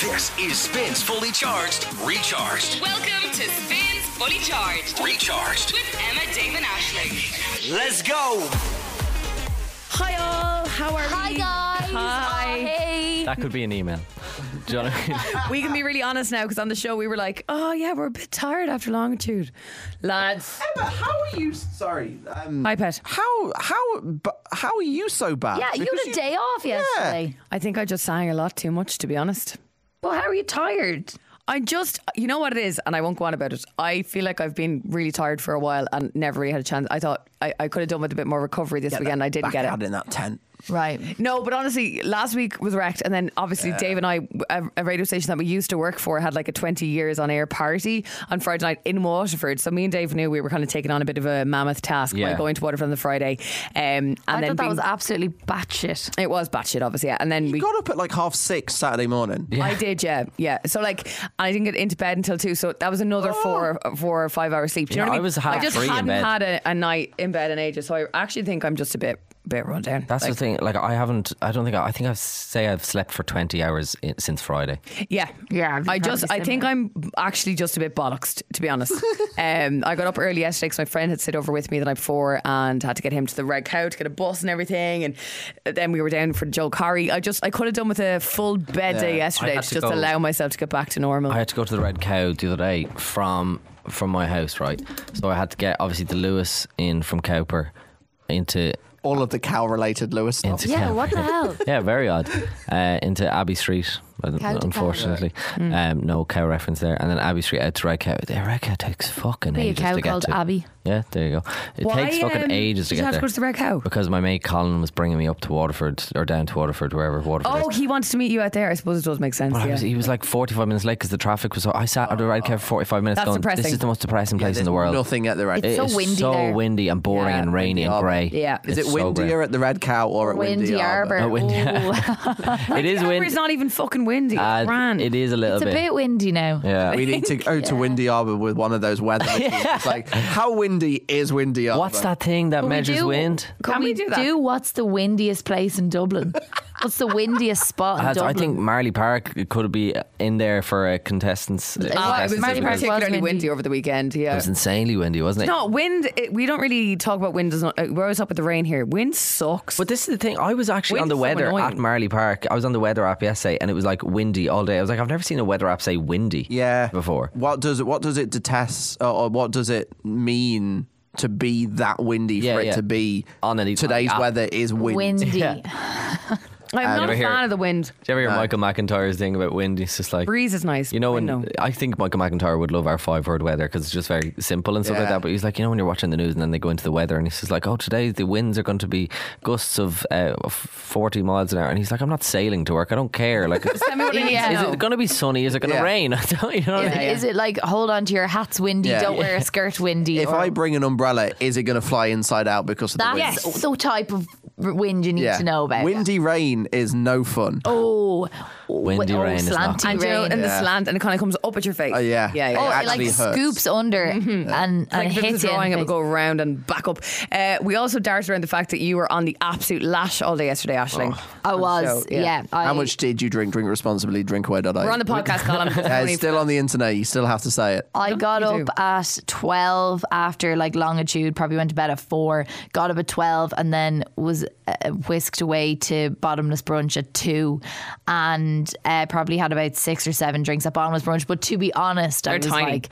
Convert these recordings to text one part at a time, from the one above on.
This is Spins Fully Charged, Recharged, Welcome to Spins Fully Charged Recharged. with Emma Damon Ashley. Let's go! Hi all, how are Hi we? guys. Hi. Oh, hey. That could be an email. Do you know what I mean? We can be really honest now because on the show we were like, oh yeah, we're a bit tired after longitude, lads. Emma, how are you? Sorry. Um, Hi pet. how how bu- how are you so bad? Yeah, you Because had a day off yesterday. I think I just sang a lot too much, to be honest. But how are you tired? I just, you know what it is, and I won't go on about it. I feel like I've been really tired for a while and never really had a chance. I thought I, I could have done with a bit more recovery this weekend. I didn't back get it. out in that tent. Right. No, but honestly, last week was wrecked, and then obviously Dave and I, a, a radio station that we used to work for, had like a twenty years on air party on Friday night in Waterford. So me and Dave knew we were kind of taking on a bit of a mammoth task by Yeah. going to Waterford on the Friday, um, and I then thought that being- was absolutely batshit. it was batshit, obviously, yeah. and then we. Got up at like half six Saturday morning. I did, yeah, yeah. So like, I didn't get into bed until two. So that was another four, four or five hours sleep. Do you Oh. Yeah, know what I I mean? was half just three in hadn't bed. had a, a night in bed in ages, so I actually think I'm just a bit, bit run down. That's Like, the thing. Like I haven't. I don't think. I, I think I say I've slept for twenty hours i since Friday. Yeah, Yeah, I'd be I just, probably I think I'm actually just a bit bollocksed, to be honest. um, I got up early yesterday because my friend had sit over with me the night before and had to get him to the red cow to get a bus and everything, and then we were down for Joe Curry. I just, I could have done with a full bed day yesterday I to, had to just go- allow myself to get back to normal. I had to go to the Red Cow the other day from from my house, right? So I had to get obviously the Lewis in from Cowper into All of the cow related Lewis stuff. into Yeah, Cowper. what the hell? Yeah, very odd. Uh, into Abbey Street, un- Cow to cow. unfortunately. Mm. Um, no cow reference there. And then Abbey Street out to Red Cow. The Red Cow takes fucking Be a ages cow to get called to. Abbey. Yeah, there you go. It Why, takes um, fucking ages to did get you have to there. go to the Red Cow? Because my mate Colin was bringing me up to Waterford or down to Waterford, wherever Waterford is. Oh, he wants to meet you out there. I suppose it does make sense. Well, I yeah. was, he was like 45 minutes late because the traffic was. So, I sat at the red car for 45 minutes That's going, depressing. This is the most depressing place in the world. Nothing at the red. It's It so is windy so there. windy and boring Yeah. and rainy and grey. Yeah. is it It's so windier grey. at the red cow or at Windy, Windy Arbor. Oh, Windy Ooh. It is Denver windy. is not even fucking windy. It's Uh, grand. it is a little it's a bit. bit windy now. Yeah. Oh, We need to go to Windy Arbor with one of those weather machines. It's like, how windy is Windy Arbor? What's that thing that But we measures do- wind? Can, we we, do do, that? what's the windiest place in Dublin? what's the windiest spot in As Dublin? I think Marley Park could be in there for uh, contestants. Uh, Ah, it Oh, Yes, was contestants Marley Park because it particularly windy. windy. over the weekend. Yeah. was insanely windy, wasn't it? No, wind. It, we don't really talk about wind. Does not. uh, We're always up with the rain here. Wind sucks. But this is the thing. I was actually Wind's on so the weather annoying. at Marley Park. I was on the weather app yesterday, and it was like windy all day. I was like, I've never seen a weather app say windy. Yeah. Before. What does it? What does it detest, or, or what does it mean to be that windy Yeah, for it yeah. to be On an- today's on the app. weather is wind. windy. I'm not a Never hear fan it. of the wind. Do you ever hear Michael McIntyre's thing about wind? He's just like Breeze is nice. You know, but when no. I think Michael McIntyre would love our five word weather because it's just very simple and stuff like Yeah. that. But he's like, you know, when you're watching the news and then they go into the weather and he's just like, oh, today the winds are going to be gusts of uh, of 40 miles an hour. And he's like, I'm not sailing to work. I don't care. Like, is Tell me what I need Yeah. to know. it going to be sunny? Is it going to Yeah. rain? I don't, you know what I Is, mean? it, is it like hold on to your hats windy, Yeah. don't wear a skirt windy? If or- I bring an umbrella, is it going to fly inside out because of the that's wind? the type of r- wind you need to know about. Windy rain is no fun. Oh, Windy oh, rain is not slanty and, you know, rain. and the slant, and it kind of comes up at your face. Oh, yeah. yeah, It Oh, yeah. it like actually hurts. scoops under and, and Mm-hmm. Like if it hits was you. in the drawing, it would face. go round and back up. Uh, we also darted around the fact that you were on the absolute lash all day yesterday, Ashling. Oh. I On the was, show, yeah. I, How much did you drink? Drink responsibly. Drinkaway.io. We're on the podcast column. Uh, it's still on the internet. You still have to say it. I got you up at 12 after like longitude, probably went to bed at 4, got up at 12 and then was uh, whisked away to bottomless brunch at 2 and uh, probably had about 6 or 7 drinks at bottomless brunch, but to be honest, I They're was tiny. like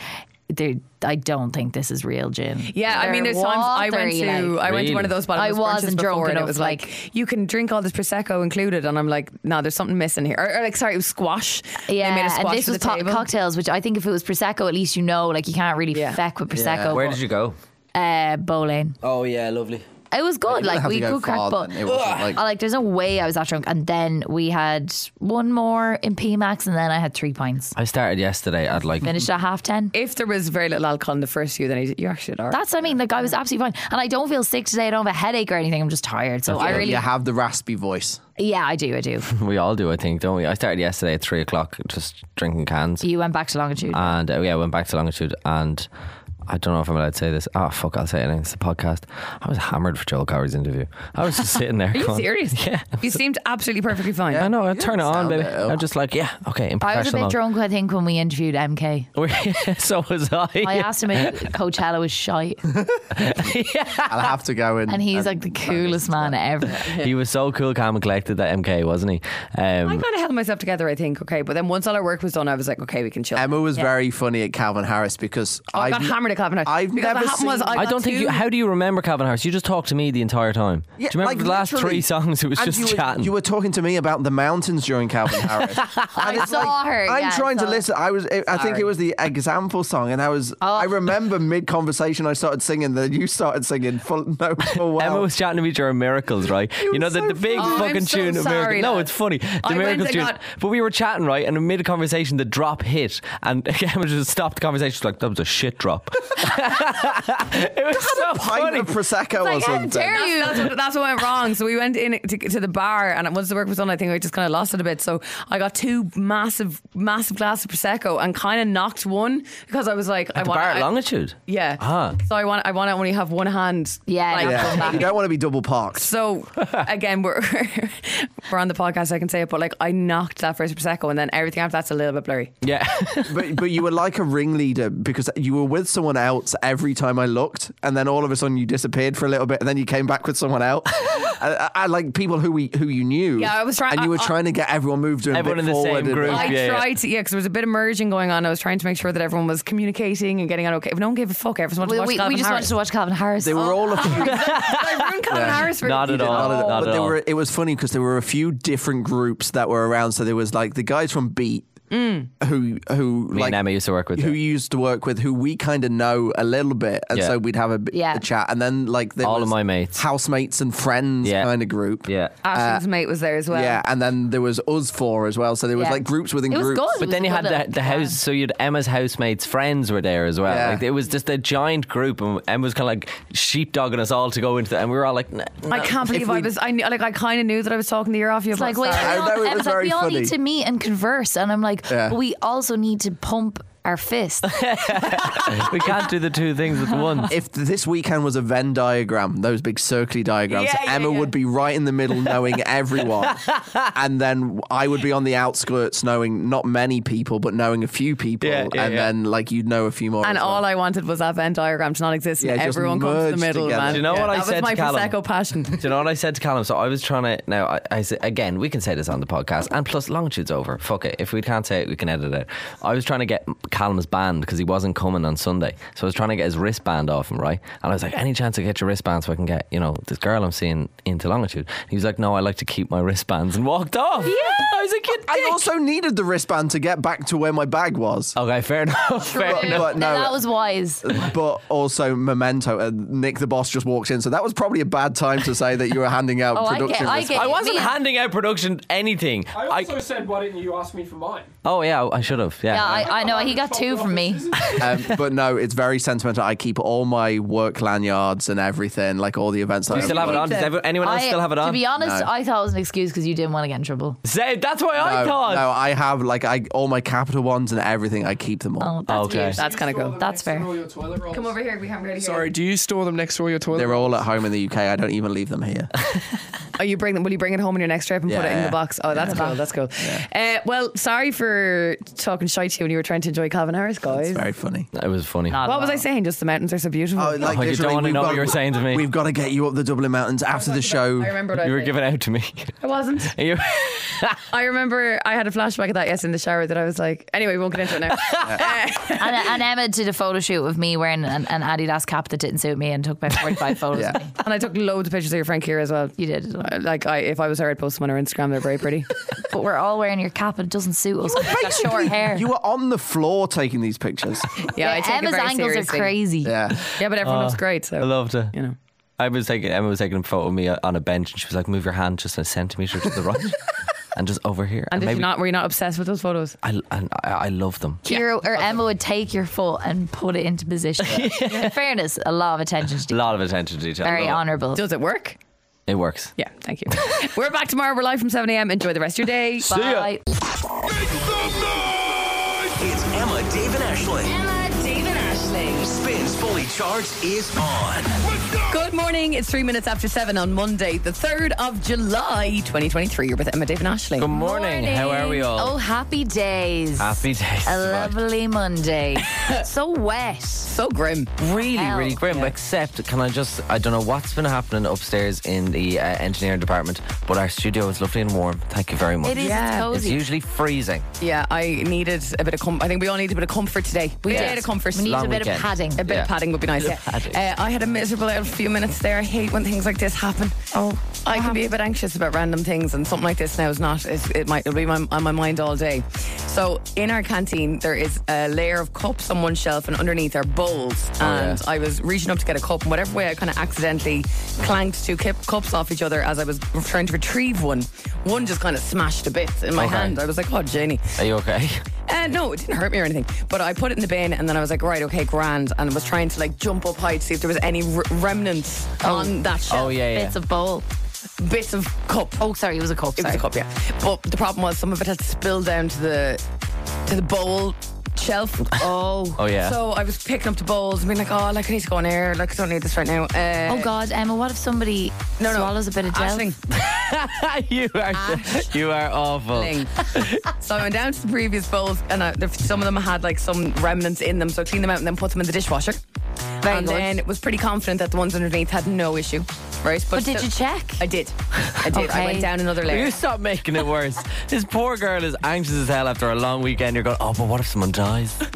there I don't think this is real gin. Yeah, I mean, there's times I went to I went to one of Really? those bottomless I wasn't brunches drunk before, and it enough, was like, you can drink all this prosecco included, and I'm like, no, nah, there's something missing here. Or, or like, sorry, it was squash. yeah, they made a squash and this for was the co- table. cocktails, which I think if it was prosecco, at least you know, like you can't really Yeah. feck with prosecco. Where did you go? you? Uh, bowling. Oh, yeah, lovely. It was good. You Like have we to go could crack, far, but then. It wasn't like- I, like there's no way I was that drunk. And then we had one more in PMAX, and then I had three pints. I started yesterday at like. Finished at half ten. If there was very little alcohol in the first few, then I- you actually did all right. That's what I mean. Like I was absolutely fine, and I don't feel sick today. I don't have a headache or anything. I'm just tired. So I really, You yeah. have the raspy voice. I do, I do. We all do, I think, don't we? I started yesterday at three o'clock just drinking cans. uh, you went back to longitude. and uh, yeah, I went back to longitude and I don't know if I'm allowed to say this. Oh, fuck, I'll say it. It's the podcast. I was hammered for Joel Corey's interview. I was just sitting there. Are you going, serious? Yeah. You seemed absolutely perfectly fine. I know. I turn it on, sound baby. it. I'm just like, yeah, okay. In I was a professional bit drunk, I think, when we interviewed MK. mode. so was I. I asked him if Coachella was shy, I'll have to go in. and he's and- like the coolest man ever. He was so cool, calm, and collected. That MK wasn't he? I Um, kind of held myself together, I think. Okay, but then once all our work was done, I was like, okay, we can chill. Emma was very funny at Calvin Harris because Oh, I I've got n- hammered at Calvin Harris. I've Because never what happened seen. was I I don't think you. two- How do you remember Calvin Harris? You just talked to me the entire time. Yeah, do you remember like, the last literally. three songs? It was And just you were, chatting. You were talking to me about the mountains during Calvin Harris. I saw her, I'm yeah, I trying to saw- listen. I was. I I think Sorry. it was the example song, and I was. Oh. I remember mid conversation, I started singing. Then you started singing. Full, no, full well. Emma was chatting to me during Miracles, right? you know, the, the big Oh, I'm fucking so tune of sorry, Miracles. No, lad. it's funny. The I went Miracles and tune. got- But we were chatting, right? And amid a conversation, the drop hit. And Emma just stopped the conversation. She's like, that was a shit drop. it was so pint funny. of prosecco or something. dare you. That's, that's what, that's what went wrong. So we went in to, to the bar, and once the work was done, I think I just kind of lost it a bit. So I got two massive, massive glasses of prosecco, and kind of knocked one because I was like, I At the want bar I, at Longitude. Yeah. Ah. So I want, I want to only have one hand. Yeah, like, yeah. Yeah. You don't want to be double parked. So again, we're we're on the podcast. I can say it, but like I knocked that first prosecco, and then everything after that's a little bit blurry. Yeah. But but you were like a ringleader because you were with someone else every time I looked, and then all of a sudden you disappeared for a little bit, and then you came back with someone else. I, I, I like people who we who you knew. Yeah, I was trying- And you were I- I- trying to get everyone moved to a Everyone bit in the same forward and- group. I Yeah, yeah. tried to, yeah, because there was a bit of merging going on. I was trying to make sure that everyone was communicating and getting on okay. If no one gave a fuck, everyone wanted We, to watch we, we Calvin just Harris. wanted to watch Calvin Harris. They were all a few I ruined Calvin Harris for Not you at did all. Not at all. Not but at there all. were. It was funny because there were a few different groups that were around. So there was like the guys from Beat, who who Mm. Me like and Emma used to work with. who them. you used to work with, who we kind of know a little bit, and Yeah. so we'd have a, bit- Yeah. a chat. And then like there All of was my mates. housemates and friends Yeah. kind of group. Yeah. Ashton's mate was there as well. Yeah, and then there was us four as well. So there was Yeah. like groups within It was groups. good. But was then a you had good the, look, the yeah. house, so you had Emma's housemates' friends were there as well. Yeah. Like it was just a giant group, and Emma was kind of like sheepdogging us all to go into that, and we were all like, "Nah, nah." I can't believe I was. I knew, like. I kind of knew that I was talking the ear off you. It's but like, wait, sorry. I we all, know it Em's was like, very we all funny. need to meet and converse. And I'm like, Yeah. but we also need to pump our fist. we can't do the two things at once." If this weekend was a Venn diagram, those big circly diagrams, Yeah, yeah, Emma yeah. would be right in the middle, knowing everyone, and then I would be on the outskirts, knowing not many people, but knowing a few people, Yeah, yeah, and yeah. then like you'd know a few more. And as well. all I wanted was that Venn diagram to not exist. and Yeah, just everyone comes to merged the middle, together. man. Do you know what I that said was my to Callum? prosecco passion. Do you know what I said to Callum? So I was trying to. Now, I, I said, again, we can say this on the podcast, and plus, longitude's over. Fuck it. If we can't say it, we can edit it. I was trying to get Callum's band because he wasn't coming on Sunday. So I was trying to get his wristband off him, right? And I was like, any chance I get your wristband so I can get, you know, this girl I'm seeing into longitude? He was like, no, I like to keep my wristbands and walked off. Yeah. I was like, you dick. I also needed the wristband to get back to where my bag was. okay, fair enough. Fair enough. But no, that was wise. but also memento. And Nick the boss just walked in, so that was probably a bad time to say that you were handing out Oh, I production. get, I wristbands. get. I wasn't me and- handing out production anything. I I- also said, why didn't you ask me for mine? oh, yeah, I should have. Yeah. Yeah, I, I know. He got two from me. Um, but no, it's very sentimental. I keep all my work lanyards and everything, like all the events. That you I still have it on? Does everyone- anyone else I- still have it on? To be honest, I thought it was an excuse because you didn't want to get in trouble. Say, that's what I No, thought. no, I have like I all my capital ones and everything. I keep them all. Oh, that's Okay. weird. That's kind of cool. That's fair. Come over here. We haven't really. Sorry, do you store them next to all your Oh. toilet? They're all at home in the UK. I don't even leave them here. Oh, you bring them? Will you bring it home on your next trip and put Yeah, it in yeah. the box? Oh, that's cool. That's cool. Uh, well, sorry for talking shy to you when you were trying to enjoy Calvin Harris, guys. It's very funny. It was funny. Not What was allowed. I saying? Just the mountains are so beautiful. Oh, like Oh, you literally, don't want to we've know got- what you were saying to me. We've got to get you up the Dublin mountains after the show. I remember what I you were was saying. giving out to me. I wasn't. You- I remember I had a flashback of that yes in the shower that I was like. Anyway, we won't get into it now. Uh, And, and Emma did a photo shoot of me wearing an, an Adidas cap that didn't suit me and took about 45 photos Yeah. of me. And I took loads of pictures of your friend Kira as well. You did. Uh, Like, I, if I was her, I'd post them on her Instagram. They're very pretty. But we're all wearing your cap and it doesn't suit us. We've got short hair. You were on the floor taking these pictures. Yeah, I take Emma's it very angles seriously. are crazy. Yeah. Yeah, but everyone looks great. So. Oh, I loved it. You know. I was taking Emma was taking a photo of me uh, on a bench, and she was like, "Move your hand just a centimeter to the right, and just over here." and did you not, were you not obsessed with those photos? I, and I, I love them. Kira or Emma would take your foot and put it into position. In fairness, a lot of attention to A detail. lot of attention to detail. Very Love it. honourable. Does it work? It works. Yeah, thank you. We're back tomorrow. We're live from 7 a.m. Enjoy the rest of your day. Bye. Bye. It's Emma, Dave, and Ashling. Emma, David, Dave and Ashley. Spins Fully Charged is on. Good morning. It's three minutes after seven on Monday, the 3rd of July, 2023. You're with Emma, Dave, and Ashley. Good morning. How are we all? Oh, happy days. Happy days. A lovely Monday. so wet. So grim. really, Hell. really grim. Except, can I just, I don't know what's been happening upstairs in the uh, engineering department, but our studio is lovely and warm. Thank you very much. It is Yeah. It's It's cozy. usually freezing. Yeah, I needed a bit of com- I think we all need a bit of comfort today. We Yeah. did a comfort. we need Long a bit weekend. of padding. a bit Yeah. of padding would be nice. Bit of padding. Uh, I had a miserable little few minutes there. I hate when things like this happen. Oh, I can be a bit anxious about random things, and something like this now is not. It's, it might it'll be my, on my mind all day. So in our canteen, there is a layer of cups on one shelf, and underneath are bowls. and Oh, yeah. I was reaching up to get a cup, and whatever way I kind of accidentally clanked two kip- cups off each other as I was trying to retrieve one. One just kind of smashed to bits in my Okay. hand. I was like, oh, Janie. Are you okay? Uh, no, it didn't hurt me or anything. But I put it in the bin, and then I was like, right, okay, grand. And I was trying to like jump up high to see if there was any r- remnants on that shelf. Oh, yeah, yeah. Bits of bowl. Bits of cup. Oh, sorry, it was a cup. It was sorry. a cup, yeah. But the problem was some of it had spilled down to the to the bowl shelf. Oh. Oh, yeah. So I was picking up the bowls and being like, oh, like I need to go on air. Like I don't need this right now. Uh, Oh God, Emma! What if somebody No, no. swallows a bit of gel? Ashling. you are, you are awful. thing. so I went down to the previous bowls, and I, there- some of them had like some remnants in them. So I cleaned them out and then put them in the dishwasher. Very and good. then it was pretty confident that the ones underneath had no issue, right? But did you check? I did. I did. I Okay. went down another Will layer. you stop making it worse? this poor girl is anxious as hell after a long weekend. You're going, oh, but what if someone dies?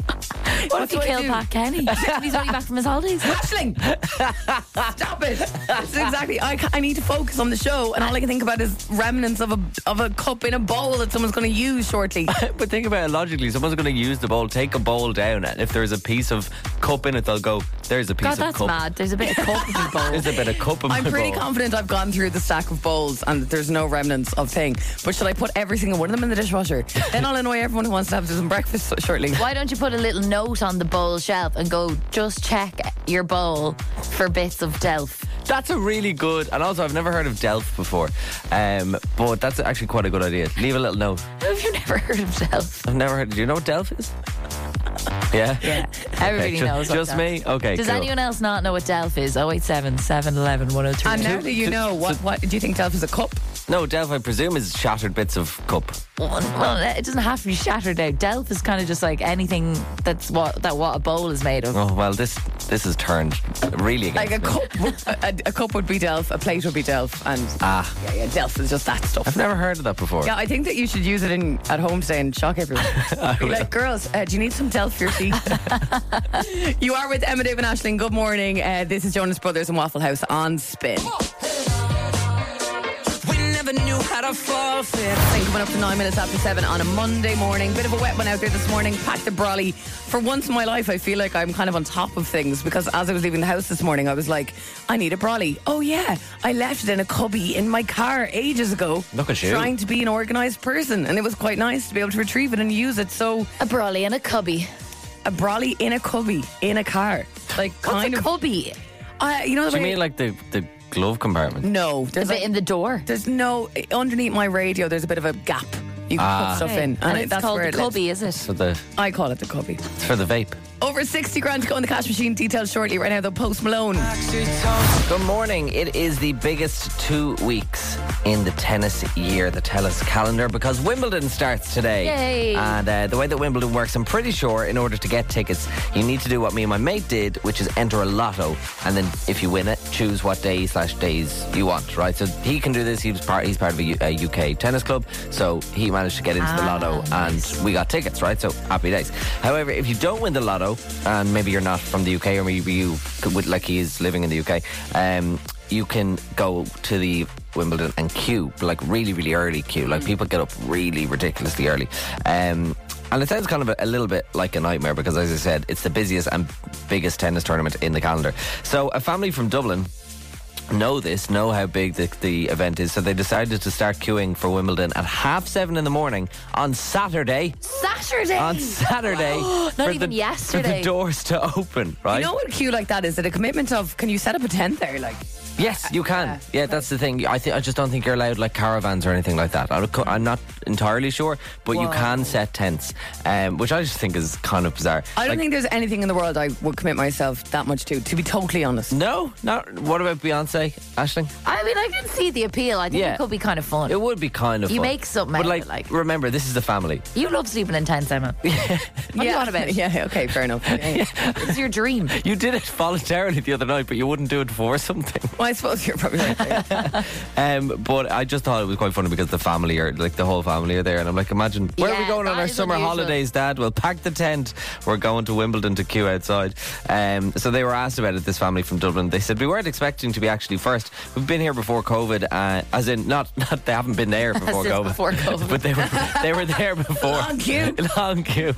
What if he do I killed do? Pat Kenny? He's only back from his holidays. Ashling, stop it! That's exactly. I, ca- I need to focus on the show, and all I can think about is remnants of a of a cup in a bowl that someone's going to use shortly. but think about it logically. Someone's going to use the bowl, take a bowl down, and if there's a piece of cup in it, they'll go, there's a piece God, of that's cup. mad. There's a bit of cup in the bowl. There's a bit of cup in I'm my pretty bowl. confident I've gone through the stack of bowls and that there's no remnants of thing. But should I put every single one of them in the dishwasher? then I'll annoy everyone who wants to have some breakfast so- shortly. Why don't you put a little note on the bowl shelf and go, just check your bowl for bits of delf? That's a really good, and also I've never heard of Delph before, um, but that's actually quite a good idea. Leave a little note. Have you never heard of delf? I've never heard. Do you know what Delph is? Yeah. Yeah, everybody Okay, ju- knows. what just delf- me? Okay, Does cool. anyone else not know what delf is? Oh, 087 711 103. And now that you know, what, what do you think Delph is a cup? No, Delph. I presume is shattered bits of cup. Well, it doesn't have to be shattered out. Delf is kind of just like anything that's what that what a bowl is made of. Oh well, this this has turned really Like against a me. cup, a, a cup would be Delph, a plate would be Delph, and ah, yeah, yeah, Delph is just that I've stuff. never heard of that before. Yeah, I think that you should use it in at home today and shock everyone. Be like, girls, uh, do you need some Delph for your tea? you are with Emma, Dave, and Ashling. Good morning. Uh, this is Jonas Brothers and Waffle House on Spin. We never knew how to fall for it. I think coming up to nine minutes after seven on a Monday morning. Bit of a wet one out there this morning. Packed the brolly. For once in my life, I feel like I'm kind of on top of things because as I was leaving the house this morning, I was like, I need a brolly. Oh, yeah. I left it in a cubby in my car ages ago. Look at you. Trying to be an organised person. And it was quite nice to be able to retrieve it and use it. So A brolly and a cubby. a brolly in a cubby, in a car. Like, What's kind a of. cubby? Uh, you know the Do you way- mean like the the glove compartment? No. A There's bit like- in the door. There's no underneath my radio. There's a bit of a gap. You can Ah. put stuff in, and, and it- it's that's called where the it lives. cubby, is it? For the I call it the cubby. it's for the vape. Over sixty grand to go in the cash machine. Details shortly. Right now, the Post Malone. Good morning. It is the biggest two weeks in the tennis year, the TELUS calendar, because Wimbledon starts today. Yay. And uh, the way that Wimbledon works, I'm pretty sure, in order to get tickets, you need to do what me and my mate did, which is enter a lotto, and then if you win it, choose what day slash days you want. Right. So he can do this. He's part. He's part of a, U- a UK tennis club, so he managed to get into the lotto, and we got tickets. Right. So happy days. However, if you don't win the lotto, and maybe you're not from the UK, or maybe you would like he is living in the UK, um, you can go to the Wimbledon and queue, like really, really early queue. Like people get up really ridiculously early. Um, and it sounds kind of a, a little bit like a nightmare because, as I said, it's the busiest and biggest tennis tournament in the calendar. So, a family from Dublin know this, know how big the, the event is. So, they decided to start queuing for Wimbledon at half seven in the morning on Saturday. Saturday. On Saturday. for even the, For yesterday. the doors to open, right? You know what a queue like that is? That a commitment of can you set up a tent there? Like Yes, you can. yeah, that's the thing. I think I just don't think you're allowed like caravans or anything like that. I, am not entirely sure, but you Whoa. can set tents, um, which I just think is kind of bizarre. I don't Like, think there's anything in the world I would commit myself that much to, to be totally honest. no, not. What about Beyonce, Ashling? I mean, I can see the appeal. I think Yeah. it could be kind of fun. It would be kind of You fun. make something out but of like, it, like- remember this is the family. you love sleeping in tents, Emma. what are you on about? Yeah, okay, fair enough. Yeah, yeah. It's your dream. You did it voluntarily the other night, but you wouldn't do it for something. well, I suppose you're probably right. there. Um, but I just thought it was quite funny because the family are like the whole family are there, and I'm like, imagine where are we Yeah, going on that our is summer unusual. holidays, Dad? We'll pack the tent. We're going to Wimbledon to queue outside. Um, so they were asked about it. This family from Dublin, they said we weren't expecting to be actually first. We've been here before COVID, uh, as in not not they haven't been there before As in COVID, before COVID. but they were they were there before Long queue. long queue.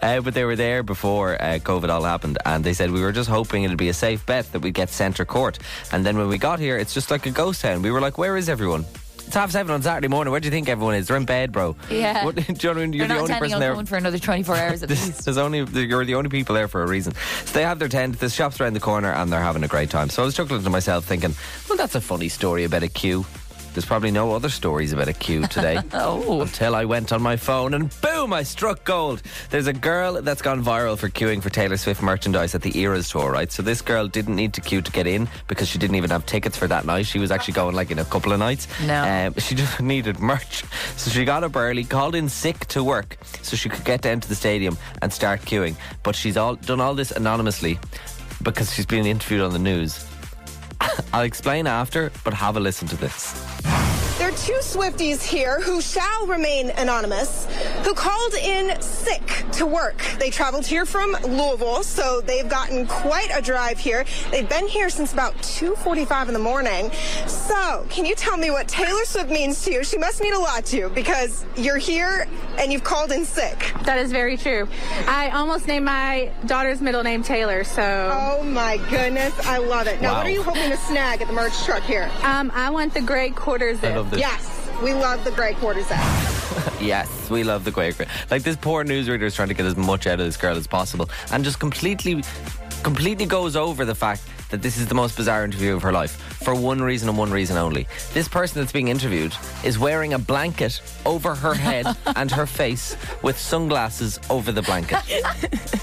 Uh, but they were there before uh, COVID all happened, and they said we were just hoping it'd be a safe bet that we'd get centre court. And then when we got here, it's just like a ghost town. We were like, where is everyone? It's half seven on Saturday morning. Where do you think everyone is? They're in bed, bro. Yeah. What, do you know what I mean? You're You're the not only intending person on there. going for another 24 hours at This, least. there's only you're the only people there for a reason. So they have their tent. The shop's around the corner, and they're having a great time. So I was chuckling to myself, thinking, "Well, that's a funny story about a queue." There's probably no other stories about a queue today. oh. Until I went on my phone and boom, I struck gold. There's a girl that's gone viral for queuing for Taylor Swift merchandise at the Eras tour, right? So this girl didn't need to queue to get in because she didn't even have tickets for that night. She was actually going like in a couple of nights. No. Um, um, she just needed merch. So she got up early, called in sick to work so she could get down to the stadium and start queuing. But she's all done all this anonymously because she's been interviewed on the news. I'll explain after, but have a listen to this. There are two Swifties here who shall remain anonymous, who called in sick to work. They traveled here from Louisville, so they've gotten quite a drive here. They've been here since about 2:45 in the morning. So, can you tell me what Taylor Swift means to you? She must mean a lot to you because you're here and you've called in sick. That is very true. I um, almost named my daughter's middle name Taylor, so Oh my goodness, I love it. Now, what Wow. are you hoping to snag at the merch truck here? um, I want the gray quarter zip. I love this. Yes, we love the gray quarter zip. Yes, we love the Quaker. Like this poor newsreader is trying to get as much out of this girl as possible, and just completely, completely goes over the fact that this is the most bizarre interview of her life for one reason and one reason only. This person that's being interviewed is wearing a blanket over her head and her face with sunglasses over the blanket,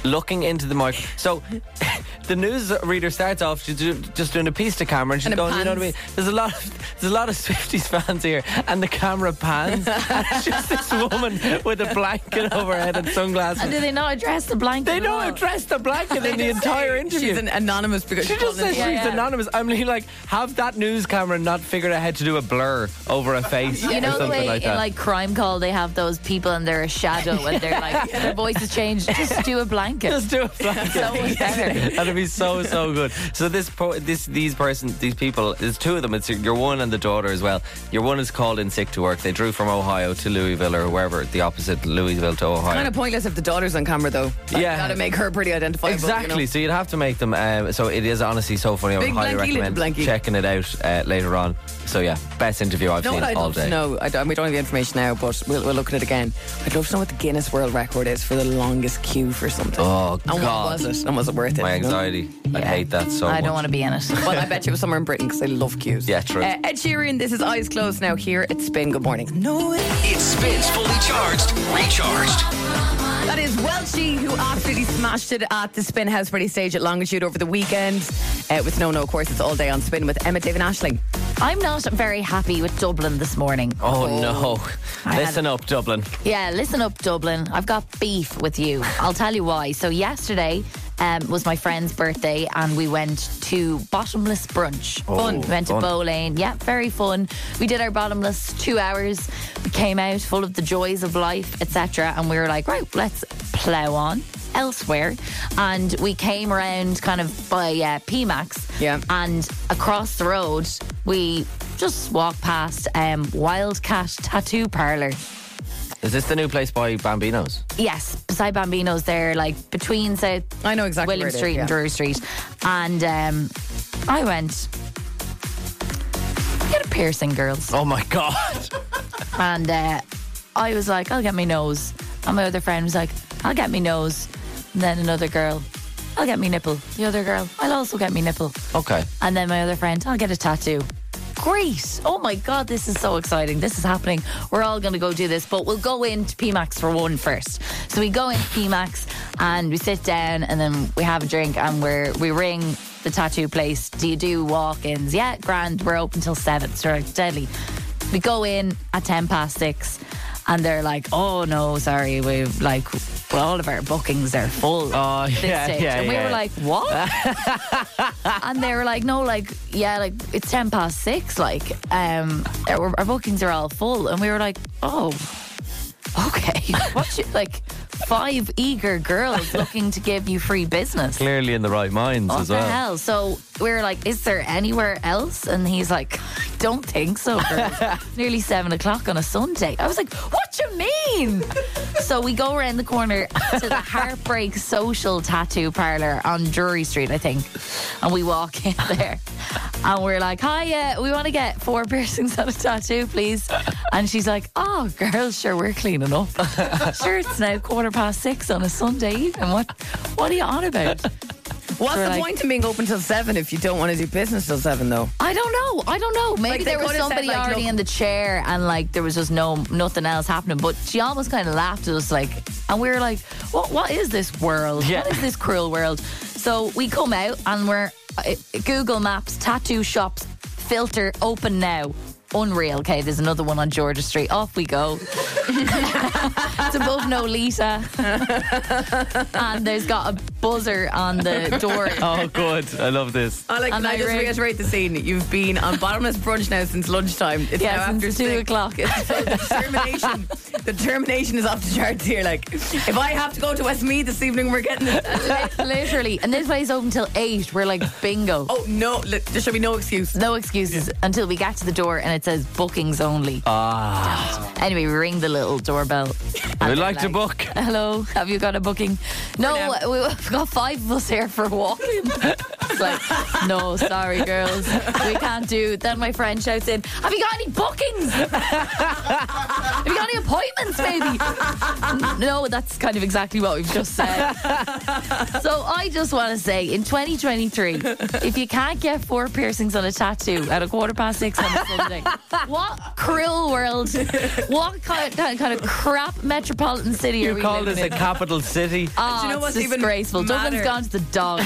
looking into the mic. So. The newsreader starts off she's ju- just doing a piece to camera, and she's And it going, "You know what I pans. mean? There's a lot of there's a lot of Swifties fans here, and the camera pans. and it's just this woman with a blanket over her head and sunglasses. And do they not address the blanket? they at know all? how dressed the blanket in the entire interview. She's an anonymous because she she just says she's Yeah, yeah. anonymous. I mean, like, have that news camera not figured out how to do a blur over a face You or know the something way like in that. like Crime Call they have those people and they're a shadow and they're like their voices change. Just do a blanket. Just do a blanket. so much better. That'd be so so good. So this po- this these person these people there's two of them. It's your- your one and the daughter as well. Your one is called in sick to work. They drew from Ohio to Louisville or wherever the opposite Louisville to Ohio. kind of pointless if the daughter's on camera, though. Like, Yeah. Gotta make her pretty identifiable. you know? Exactly. So you'd have to make them. Um, so it is honestly so funny. I would Big highly blankie, little recommend blankie. checking it out uh, later on. So yeah, best interview I've You know seen what I'd all love to day. know? I don't, we don't have the information now, but we'll, we'll look at it again. I'd love to know what the Guinness World Record is for the longest queue for something. Oh, And God. what was it? And was it worth it? My you know? anxiety. I Yeah. hate that so I much. don't want to be in it. Well, I bet you it was somewhere in Britain because they love queues. Yeah, true. Uh, Ed Sheeran, this is Eyes Closed now here at Spin. Good morning. No, it spins fully charged, recharged. That is Welchie, who absolutely smashed it at the Spin House Party stage at Longitude over the weekend. Uh, with No No, of course, it's all day on Spin with Emma, David, Ashling. I'm not very happy with Dublin this morning. Oh, no. I had- Listen up, Dublin. Yeah, listen up, Dublin. I've got beef with you. I'll tell you why. So yesterday um, was my friend's birthday, and we went to bottomless brunch. fun. We went to fun. bowling. Yeah, very fun. We did our bottomless two hours. We came out full of the joys of life, etc. And we were like, right, let's plow on elsewhere. And we came around kind of by uh, PMAX. Yeah. And across the road, we just walked past um, Wildcat Tattoo Parlor. Is this the new place by Bambinos? Yes, beside Bambino's there, like between South I know exactly where William it is, Street yeah. and Drury Street. And um, I went, get a piercing, girls. Oh, my God. And uh, I was like, I'll get my nose. And my other friend was like, I'll get me nose. And then another girl, I'll get me nipple. The other girl, I'll also get me nipple. Okay. And then my other friend, I'll get a tattoo. Great. Oh my God, this is so exciting. This is happening. We're all going to go do this, but we'll go into PMAX for one first. So we go into PMAX and we sit down and then we have a drink and we're, we ring the tattoo place. Do you do walk ins? Yeah, grand. We're open till seven. So we're like, deadly. We go in at 10 past six and they're like, oh no, sorry, we've like, all of our bookings are full. Oh, at this yeah, stage. yeah, and we yeah. were like, what? and they were like, no, like, yeah, like it's ten past six, like, um, our, our bookings are all full, and we were like, oh, okay, what you like? Five eager girls looking to give you free business. Clearly in the right minds What as the well. hell? So we were like, is there anywhere else? And he's like, I don't think so. girls. Nearly seven o'clock on a Sunday. I was like, what do you mean? so we go around the corner to the Heartbreak Social Tattoo Parlor on Drury Street, I think. And we walk in there and we're like, hi, uh, we want to get four piercings and a tattoo, please. And she's like, oh, girls, sure, we're cleaning up. sure, it's now quarter past six on a Sunday evening. What, what are you on about? What's We're the like- point in being open till seven if you don't want to do business till seven, though? I don't know. I don't know. Maybe Like, they there was could've said, somebody like, already look- in the chair and like there was just no nothing else happening. But she almost kind of laughed at us, like, and we were like, "What? What is this world? Yeah. What is this cruel world?" So we come out and we're uh, Google Maps tattoo shops filter open now. Unreal. Okay, there's another one on Georgia Street. Off we go. it's above Nolita. and there's got a buzzer on the door. Oh, good. I love this. I like. Am Can I I just rigged? reiterate the scene? You've been on bottomless brunch now since lunchtime. It's Yeah, now since after two six. o'clock. It's so determination. the determination is off the charts here. Like, if I have to go to Westmead this evening, we're getting it. Literally. And this place open till eight. We're like, bingo. Oh no! Look, there should be no excuse. No excuses until we get to the door and it says bookings only. Ah. Anyway, we ring the little doorbell. We'd And like they're to book. Hello, have you got a booking? No, now. we- we've got five of us here for walking. it's like, no, sorry, girls, we can't do. Then my friend shouts in, "Have you got any bookings? have you got any appointments, maybe?" no, that's kind of exactly what we've just said. So I just want to say, in 2023, if you can't get four piercings on a tattoo at a quarter past six on a Sunday, what cruel world? What kind kind, kind of crap metropolitan city are You we call living this in? a capital city? Oh, Do you know it's what's even disgraceful. Dublin's madder? gone to the dog.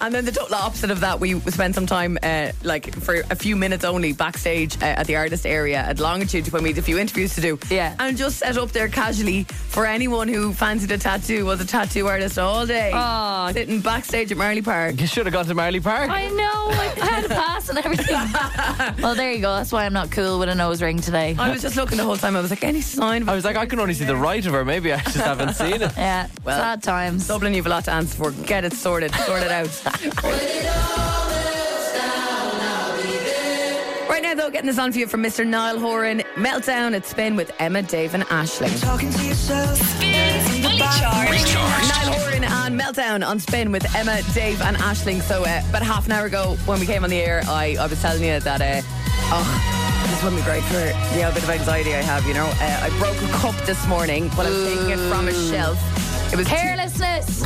And then the total opposite of that, we spent some time, uh, like for a few minutes only, backstage uh, at the artist area at Longitude when we had a few interviews to do. Yeah. And just set up there casually for anyone who fancied a tattoo, was a tattoo artist all day. Aw. Sitting backstage at Marley Park. You should have gone to Marley Park. I know. I had a pass and everything. well, there you go. That's why I'm not cool with a nose ring today. I was just looking the whole time. I was like, any sign of I was like, I can only see the right of her. Maybe I just haven't seen it. Yeah, Well, sad times. Dublin, you've a lot to answer for. Get it sorted. Sort it out. Right now, though, getting this on for you from Mr. Niall Horan. Meltdown at Spin with Emma, Dave, and Ashling. Spins Fully Charged. Recharged. Niall Horan on Meltdown on Spin with Emma, Dave, and Ashling. So, uh, about half an hour ago, when we came on the air, I, I was telling you that, uh, oh, this wouldn't be great for the yeah, bit of anxiety I have, you know. Uh, I broke a cup this morning while I was taking it from a shelf. It was two- Carelessness.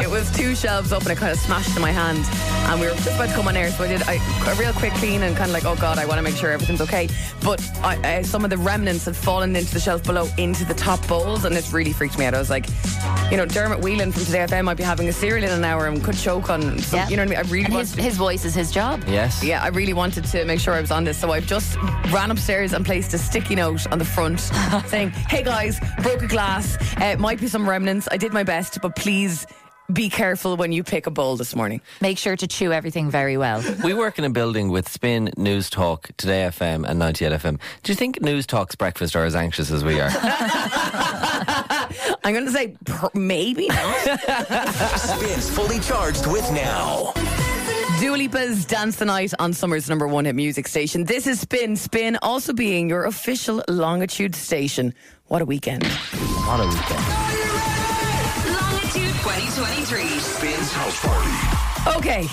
it was two shelves up and it kind of smashed in my hand and we were just about to come on air so I did I, a real quick clean and kind of like oh god I want to make sure everything's okay but I, I, some of the remnants had fallen into the shelf below into the top bowls and it really freaked me out I was like you know Dermot Whelan from Today FM might be having a cereal in an hour and could choke on some, Yeah. you know what I mean I really And wanted his, to- his voice is his job. Yes. yeah, I really wanted to make sure I was on this, so I've just ran upstairs and placed a sticky note on the front saying, "Hey guys, broke a glass. Uh, might be some remnants. I did my best, but please." Be careful when you pick a bowl this morning. Make sure to chew everything very well. We work in a building with Spin, News Talk, Today FM, and 98 FM. Do you think News Talk's breakfast are as anxious as we are? I'm going to say per- maybe not. Spins fully charged with now. Dua Lipa's Dance the Night on Summer's number one hit music station. This is Spin, Spin also being your official longitude station. What a weekend. what a weekend. Longitude 2023. Spins house party. Okay.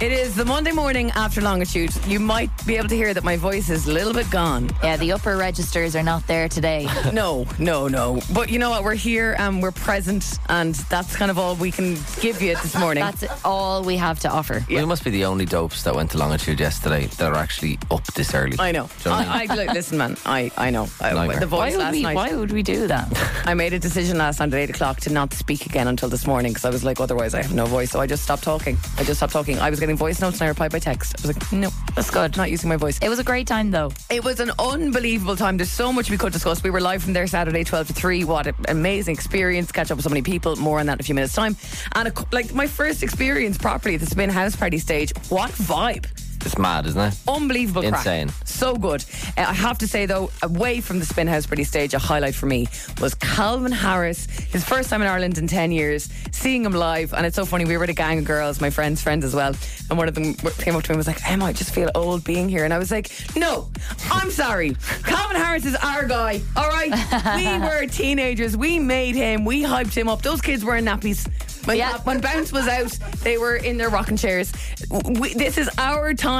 It is the Monday morning after longitude. You might be able to hear that my voice is a little bit gone. Yeah, the upper registers are not there today. No, no, no. But you know what? We're here and we're present, and that's kind of all we can give you this morning. That's all we have to offer. We must be the only dopes that went to longitude yesterday that are actually up this early. I know. Do you what I mean? I, I, look, listen, man. I, I know. I, Nightmare. the Why voice would, last we, night. why would we do that? I made a decision last night at eight o'clock to not speak again until this morning because I was like, otherwise I have no voice. So I just stopped talking. I just stopped talking. I was getting voice notes and I replied by text. I was like, no, That's good. not using my voice. It was a great time though. It was an unbelievable time. There's so much we could discuss. We were live from there Saturday, 12 to 3. What an amazing experience. Catch up with so many people. More on that in a few minutes' time. And a, co- like my first experience properly at the Spin House Party stage. What vibe! It's mad, isn't it? Unbelievable crack. Insane. So good. Uh, I have to say, though, away from the Spin House Pretty stage, a highlight for me was Calvin Harris, his first time in Ireland in 10 years, seeing him live. And it's so funny, we were at a gang of girls, my friend's friends as well. And one of them w- came up to me and was like, Emma, I just feel old being here. And I was like, no, I'm sorry. Calvin Harris is our guy. All right. We were teenagers. We made him. We hyped him up. Those kids were in nappies. When, Yeah. when Bounce was out, they were in their rocking chairs. W- We, this is our time.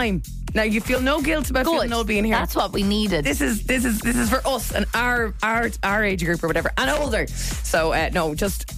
Now you feel no guilt about feeling old being here. That's what we needed. this is this is this is for us and our our our age group or whatever and older. So uh, no, just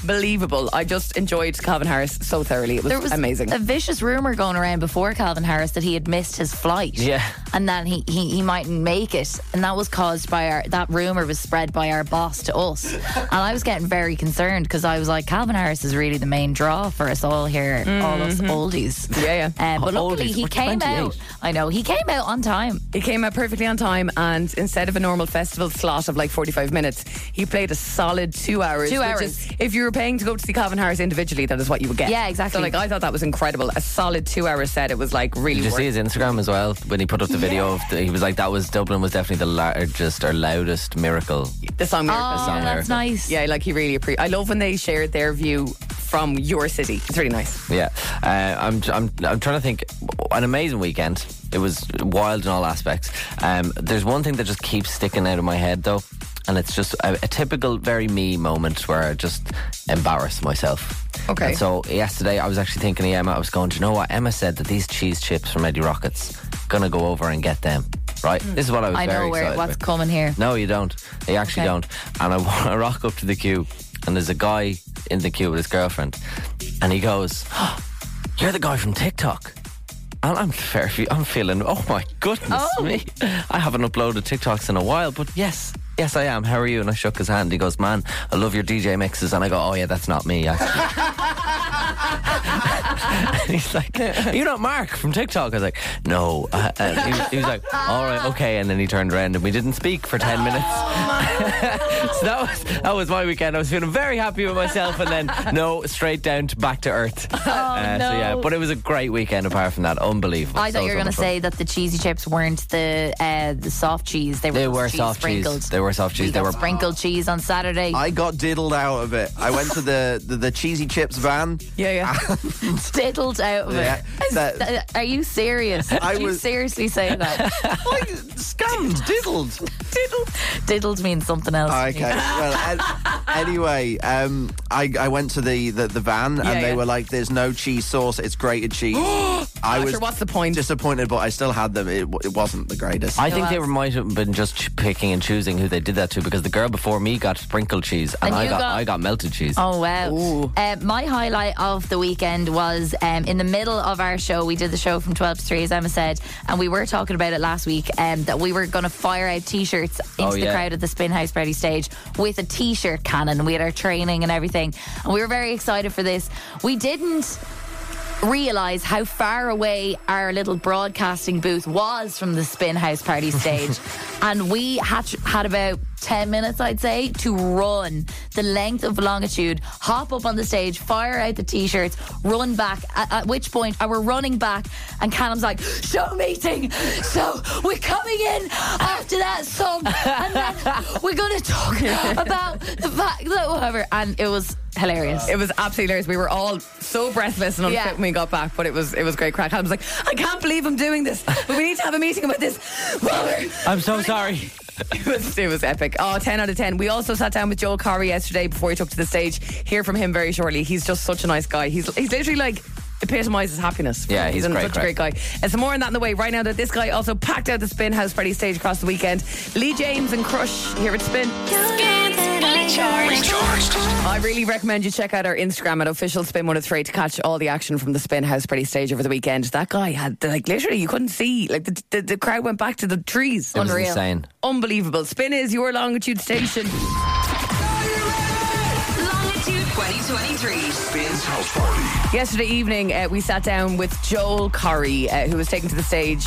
unbelievable. I just enjoyed Calvin Harris so thoroughly. It was, there was amazing. a vicious rumor going around before Calvin Harris that he had missed his flight. Yeah. And that he, he, he mightn't make it. And that was caused by our, that rumor was spread by our boss to us. and I was getting very concerned because I was like, Calvin Harris is really the main draw for us all here, all us oldies. Yeah, yeah. Uh, but luckily Mm-hmm. Oldies, he we're came 28. out. I know, he came out on time. It came out perfectly on time, and instead of a normal festival slot of like 45 minutes, he played a solid two hours. Two which hours. is- if you were paying to go to see Calvin Harris individually, that is what you would get. Yeah, exactly. So, like, I thought that was incredible. A solid two hour set. It was like really Did you worth see his Instagram as well when he put up the video? Of the, he was like, "That was Dublin was definitely the largest or loudest miracle." the song Miracle. Oh, on that's there. nice. Yeah, like he really appreciates. I love when they shared their view from your city. It's really nice. Yeah, uh, I'm, I'm I'm trying to think. An amazing weekend. It was wild in all aspects. Um, there's one thing that just keeps sticking out of my head though, and it's just a, a typical very me moment where I just embarrass myself. Okay. And so yesterday I was actually thinking of Emma. I was going, do you know what? Emma said that these cheese chips from Eddie Rockets gonna go over and get them. Right. This is what I was. Hmm. I very know where excited what's about. coming here. No, you don't. You Okay. actually don't. And I, wa- I rock up to the queue, and there's a guy in the queue with his girlfriend, and he goes, oh, "You're the guy from TikTok." And I'm fair. fe- I'm feeling. Oh my goodness Oh. me! I haven't uploaded TikToks in a while, but yes. Yes, I am. How are you? And I shook his hand. He goes, "Man, I love your DJ mixes." And I go, "Oh yeah, that's not me." Actually. and he's like, "Are you not Mark from TikTok?" I was like, "No." Uh, and he, was, he was like, "All right, okay." And then he turned around and we didn't speak for ten minutes. so that was that was my weekend. I was feeling very happy with myself, and then no, straight down to back to earth. Oh, So no. yeah, but it was a great weekend. Apart from that, unbelievable. I thought So, you were so going to much fun. say that the cheesy chips weren't the uh, the soft cheese. They were, They just were cheese soft sprinkled. cheese. They were soft cheese. We They got were sprinkled cheese on Saturday. I got diddled out of it. I went to the, the, the cheesy chips van. Yeah, yeah. diddled out of Yeah, it. that- Uh, Are you serious? Did I you was- seriously say that? I scammed, diddled. diddled. Diddled means something else. to me. Okay. Well, an- anyway, um, I, I went to the, the, the van and Yeah, they yeah. were like, "There's no cheese sauce. It's grated cheese." I was Sure, what's the point? disappointed, but I still had them. It, w- it wasn't the greatest. I think they were, might have been just ch- picking and choosing who they did that to because the girl before me got sprinkled cheese and, And I you got, got- I got melted cheese. Oh wow! Uh, my highlight of the weekend was um, in the middle of our show. We did the show from twelve to three, as Emma said, and we were talking about it last week. Um, that we were going to fire out T-shirts into Oh, the yeah. crowd at the Spin House Party stage with a T-shirt cannon. We had our training and everything, and we were very excited for this. We didn't realize how far away our little broadcasting booth was from the spin house party stage and we had had about 10 minutes i'd say to run the length of longitude hop up on the stage fire out the t-shirts run back at, at which point i were running back and callum's like show meeting so we're coming in after that song and then we're going to talk about the fact that whatever and it was hilarious It was absolutely hilarious. We were all so breathless and unfit Yeah. when we got back, but it was it was great crack. I was like, I can't believe I'm doing this, but we need to have a meeting about this. Robert. I'm so sorry. It was, it was epic. Oh, 10 out of 10. We also sat down with Joel Corey yesterday before he took to the stage. Hear from him very shortly. He's just such a nice guy. He's he's literally like epitomizes happiness. Yeah, he's a and great such a great guy. And some more on that in the way right now that this guy also packed out the Spin House Party stage across the weekend. Lee James and Crush here at Spin. Recharged. I really recommend you check out our Instagram at official spin 103 to catch all the action from the spin house party stage over the weekend. That guy had like literally you couldn't see. Like the the, the crowd went back to the trees. It was insane. Unbelievable. Spin is your longitude station. Longitude 2023. Spins House Party. Yesterday evening, uh, we sat down with Joel Corry, uh, who was taken to the stage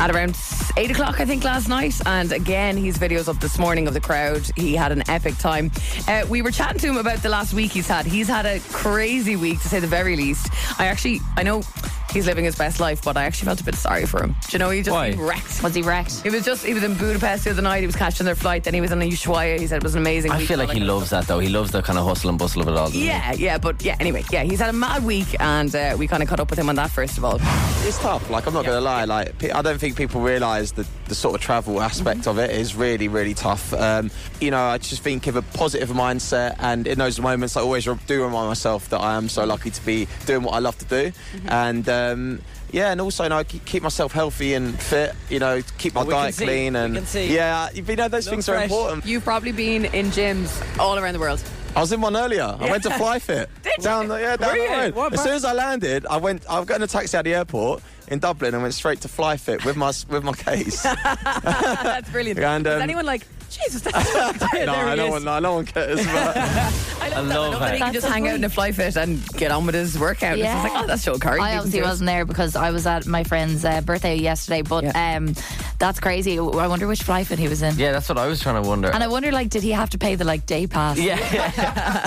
at around s- eight o'clock, I think, last night. And again, his videos up this morning of the crowd. He had an epic time. Uh, we were chatting to him about the last week he's had. He's had a crazy week, to say the very least. I actually, I know he's living his best life, but I actually felt a bit sorry for him. Do you know, he just Why? he wrecked. Was he wrecked? He was just, he was in Budapest the other night. He was catching their flight. Then he was in Ushuaia. He said it was an amazing I week, feel all like that he kind of loves that though. He loves the kind of hustle and bustle of it all. doesn't he? yeah, yeah, but yeah, anyway, yeah, he's had a mad week and uh, we kind of caught up with him on that first of all. It's tough. Like I'm not going to lie. Like pe- I don't think people realise that the sort of travel aspect of it is really, really tough. Um, you know, I just think of a positive mindset, and in those moments, I always re- do remind myself that I am so lucky to be doing what I love to do, Mm-hmm. and. Um, yeah, and also, you know, I keep keep myself healthy and fit. You know, keep my Oh, we can diet see, clean, we and can see. yeah, you know, those things are fresh. important. You've probably been in gyms all around the world. I was in one earlier. I went to Fly Fit. down the, yeah, down Were you? the road. What as soon as I landed, I went. I got in a taxi out of the airport in Dublin and went straight to Fly Fit with my s- with my case. no, That's brilliant. And, Is um, anyone like, Jesus, that's so there I he don't is." want. No, no one cares. But I love, I that. I love love that he that. can just That's hang out in a fly fit and get on with his workout. It's just Yeah. like, oh, that's Joel Curry. I obviously wasn't there because I was at my friend's uh, birthday yesterday, but Yeah. um, that's crazy. I wonder which flight fit he was in. Yeah, that's what I was trying to wonder. And I wonder, like, did he have to pay the like day pass? yeah.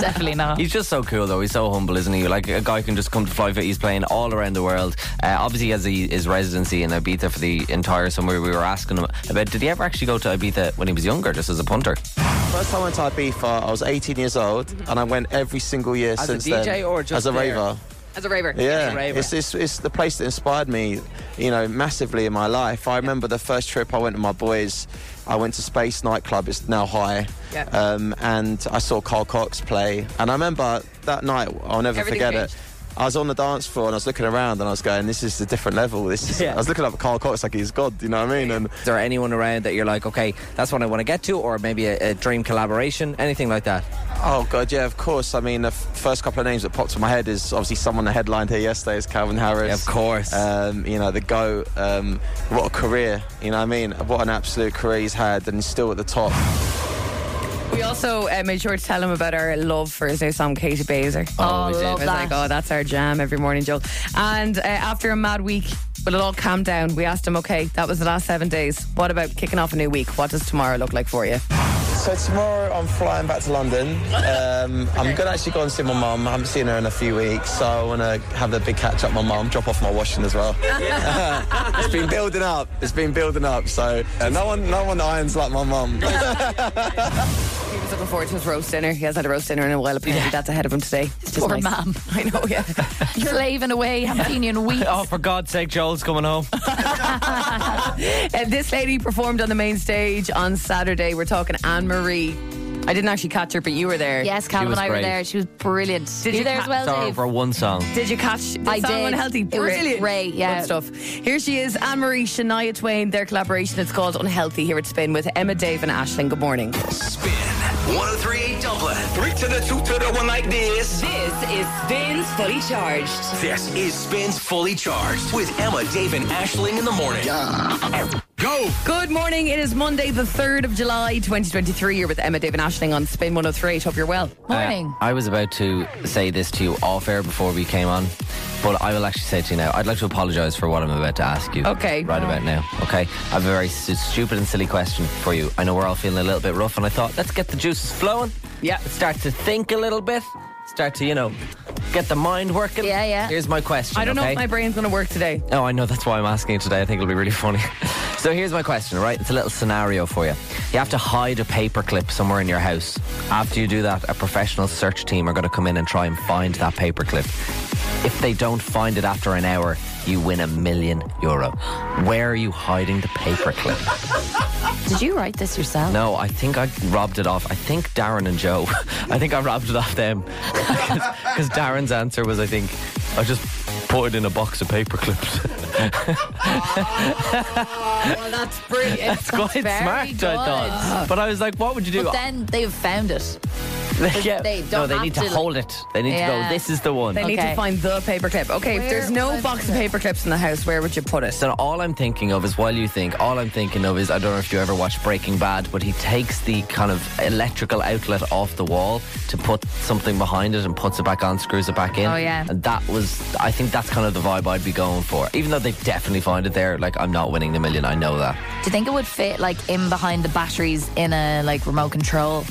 definitely not. He's just so cool, though. He's so humble, isn't he? Like a guy can just come to Fly Fit. He's playing all around the world. Uh, obviously, he has the, his residency in Ibiza for the entire summer. We were asking him about did he ever actually go to Ibiza when he was younger, just as a punter? first time I went to Ibiza, I was 18 years old, and I went every single year As a since DJ then. or just as a there? raver. As a raver. Yeah, Raver. it's, it's it's the place that inspired me, you know, massively in my life. I remember the first trip I went to my boys. I went to Space Nightclub. It's now High, Yeah. um, and I saw Carl Cox play. And I remember that night. I'll never Everything forget changed. it. I was on the dance floor and I was looking around and I was going, "This is a different level." This is. Yeah. I was looking up at Carl Cox like he's God. You know what I mean? And Is there anyone around that you're like, okay, that's what I want to get to, or maybe a, a dream collaboration, anything like that? Oh god, yeah, of course. I mean, the f- first couple of names that popped in my head is obviously someone that headlined here yesterday is Calvin Harris. Yeah, of course. Uh, Um, you know the go. Um, what a career! You know what I mean? What an absolute career he's had, and he's still at the top. We also uh, made sure to tell him about our love for his new song, Katie Baser. Oh, we did. love I was that. like, oh, that's our jam every morning, Joel. And uh, after a mad week, but it all calmed down. We asked him, okay, that was the last seven days. What about kicking off a new week? What does tomorrow look like for you? So tomorrow I'm flying back to London. Um, I'm gonna actually go and see my mum. I haven't seen her in a few weeks, so I wanna have a big catch up. with My mum, drop off my washing as well. it's been building up. It's been building up. So uh, no one, no one irons like my mum. He was looking forward to his roast dinner. He has had a roast dinner in a while. Apparently, that's ahead of him today. Which is Poor nice. man. I know, yeah. Slaving away, Hampinian weeks. Oh, for God's sake, Joel's coming home. Uh, this lady performed on the main stage on Saturday. We're talking Anne Marie. I didn't actually catch her, but you were there. Yes, Calvin was and I were great. there. She was brilliant. Did you you there ca- as well, Sorry Dave? for one song. Did you catch the I song did. Unhealthy? It was Brilliant. great, yeah. Good stuff. Here she is, Anne Marie, Shania Twain, their collaboration. It's called Unhealthy here at Spin with Emma, Dave, and Ashling. Good morning. Spin 1038 Dublin. Three to the two to the one like this. This is Spins Fully Charged. This is Spins Fully Charged with Emma, Dave, and Ashling in the morning. Go! Good morning. It is Monday, the 3rd of July, 2023. You're with Emma, Dave, and Ashling on Spin 103. Hope you're well. Morning. I was about to say this to you off air before we came on, but I will actually say it to you now. I'd like to apologise for what I'm about to ask you. Okay. Right about now. Okay. I have a very s- stupid and silly question for you. I know we're all feeling a little bit rough, and I thought, let's get the juices flowing. Yeah. Let's start to think a little bit. Start to, you know, get the mind working. Yeah, yeah. Here's my question. I don't know okay? if my brain's going to work today. Oh, I know. That's why I'm asking you today. I think it'll be really funny. so here's my question, right? It's a little scenario for you. You have to hide a paperclip somewhere in your house. After you do that, a professional search team are going to come in and try and find that paperclip. If they don't find it after an hour, you win a million euro. Where are you hiding the paperclip? Did you write this yourself? No, I think I robbed it off. I think Darren and Joe. I think I robbed it off them because Darren's answer was, I think, I just put it in a box of paper clips. well, that's brilliant. That's quite very smart, I thought. But I was like, what would you do? But then they've found it. yeah. they no, don't they have need to, to, like- hold it. They need to Yeah. go, this is the one. They need to find the paperclip. Okay, if there's no box of paperclips in the house, where would you put it? So all I'm thinking of is while you think, all I'm thinking of is I don't know if you ever watched Breaking Bad, but he takes the kind of electrical outlet off the wall to put something behind it and puts it back on, screws it back in. Oh, yeah. And that was, I think that's kind of the vibe I'd be going for. Even though they definitely find it there, like I'm not winning the million, I know that. Do you think it would fit like in behind the batteries in a like remote control?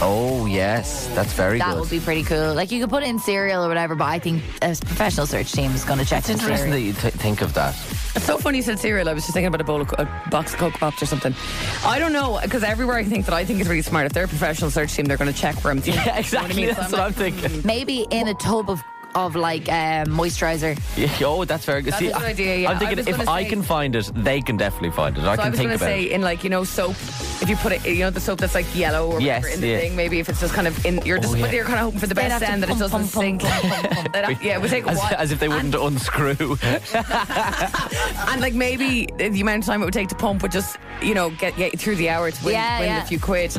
Oh yes, that's very that good. would be pretty cool. Like you could put it in cereal or whatever, but I think a professional search team is going to check it's in interesting that cereal. you th- think of that. It's so funny you said cereal. I was just thinking about a bowl of a box of Coke Pops or something. I don't know because everywhere I think that I think is really smart. If they're a professional search team, they're going to check for them. Yeah, exactly. That's what I'm hmm. thinking. Maybe in a tub of of like uh, moisturizer. Yeah, oh, that's very good. That's See, a good I- idea, yeah. I'm I was thinking if gonna I say- can find it, they can definitely find it. I So can I was think going to about say, it. in like you know soap, if you put it, you know the soap that's like yellow or Yes, whatever in the yeah. thing. Maybe if it's just kind of in, you're just Oh, yeah. but you're kind of hoping for the They'd best have to end that it doesn't sink. They'd have- uh, yeah, it would take a as, while. as if they wouldn't unscrew. And like maybe the amount of time it would take to pump would just you know get, get through the hour to win, Yeah, win yeah. the few quid.